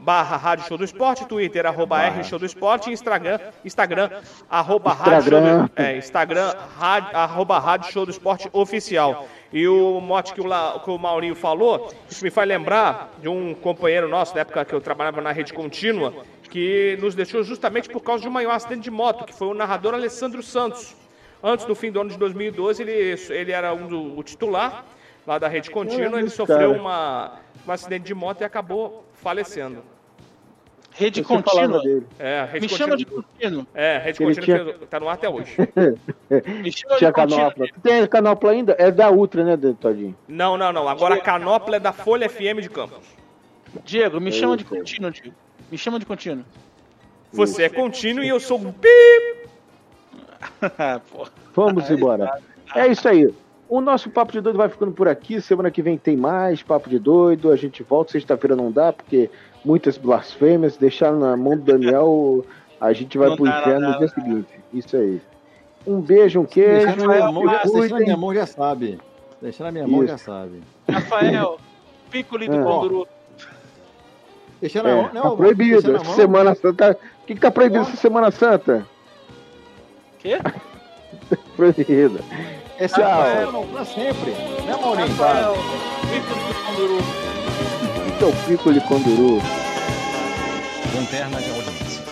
S8: barra Rádio Show do Esporte, Twitter, arroba R Show do Esporte, Instagram, Instagram, arroba Rádio Show do,
S4: Instagram.
S8: é, Instagram, rádio, arroba Rádio Show do Esporte Oficial. E o mote que o, La- que o Maurinho falou, isso me faz lembrar de um companheiro nosso, da época que eu trabalhava na Rede Contínua, que nos deixou justamente por causa de um maior acidente de moto, que foi o narrador Alessandro Santos. Antes do fim do ano de 2012, ele, ele era um do, o titular lá da Rede Contínua, ele sofreu uma, um acidente de moto e acabou falecendo.
S5: Rede
S4: Eu sei falar
S5: contínua.
S4: dele.
S8: É, rede
S5: Me
S8: contínua.
S5: chama de contínuo.
S8: É, Rede
S4: Ele
S8: Contínua
S4: tinha-
S8: fez- tá no ar até hoje.
S5: Estilo
S4: Tinha
S5: de
S4: canopla. Tem canopla ainda? É da Ultra, né, Todinho?
S8: Não, não, não. Agora a canopla é da Folha FM de Campos.
S5: Diego, me
S4: Eu
S5: chama de
S4: sei.
S5: contínuo, Diego. Me chama de contínuo.
S8: Você é contínuo e eu sou um pi.
S5: Ah, Porra.
S4: Vamos
S7: Ah,
S4: embora. É isso aí. O nosso Papo de Doido vai ficando por aqui. Semana que vem tem mais Papo de Doido. A gente volta. Sexta-feira não dá, porque muitas blasfêmias. Deixar na mão do Daniel, a gente vai
S7: Não
S4: pro
S7: dá, não
S4: inferno
S7: dá,
S4: no dia seguinte. Isso aí. Um beijo, um queijo.
S7: Deixando na minha mão,
S4: Se
S7: deixando na
S4: cuidem.
S7: minha mão já sabe. Deixando na minha mão
S4: Isso.
S7: já sabe.
S5: Rafael, Piccoli do
S4: É.
S5: Conduru.
S7: Deixando na
S4: É,
S7: mão, não,
S4: tá
S7: eu-
S4: proibido.
S7: deixando na
S4: Essa
S7: mão-
S4: Semana Santa. O que, que tá proibido essa Semana Santa?
S5: Quê?
S4: Proibido.
S7: É
S4: Tchau.
S7: sempre, pra sempre. Né, Maurinho?
S5: Rafael,
S4: tá.
S5: Piccoli do Conduru.
S4: Então, pico de conduru.
S12: Lanterna de audiência.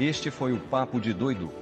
S12: Este foi o Papo de Doido,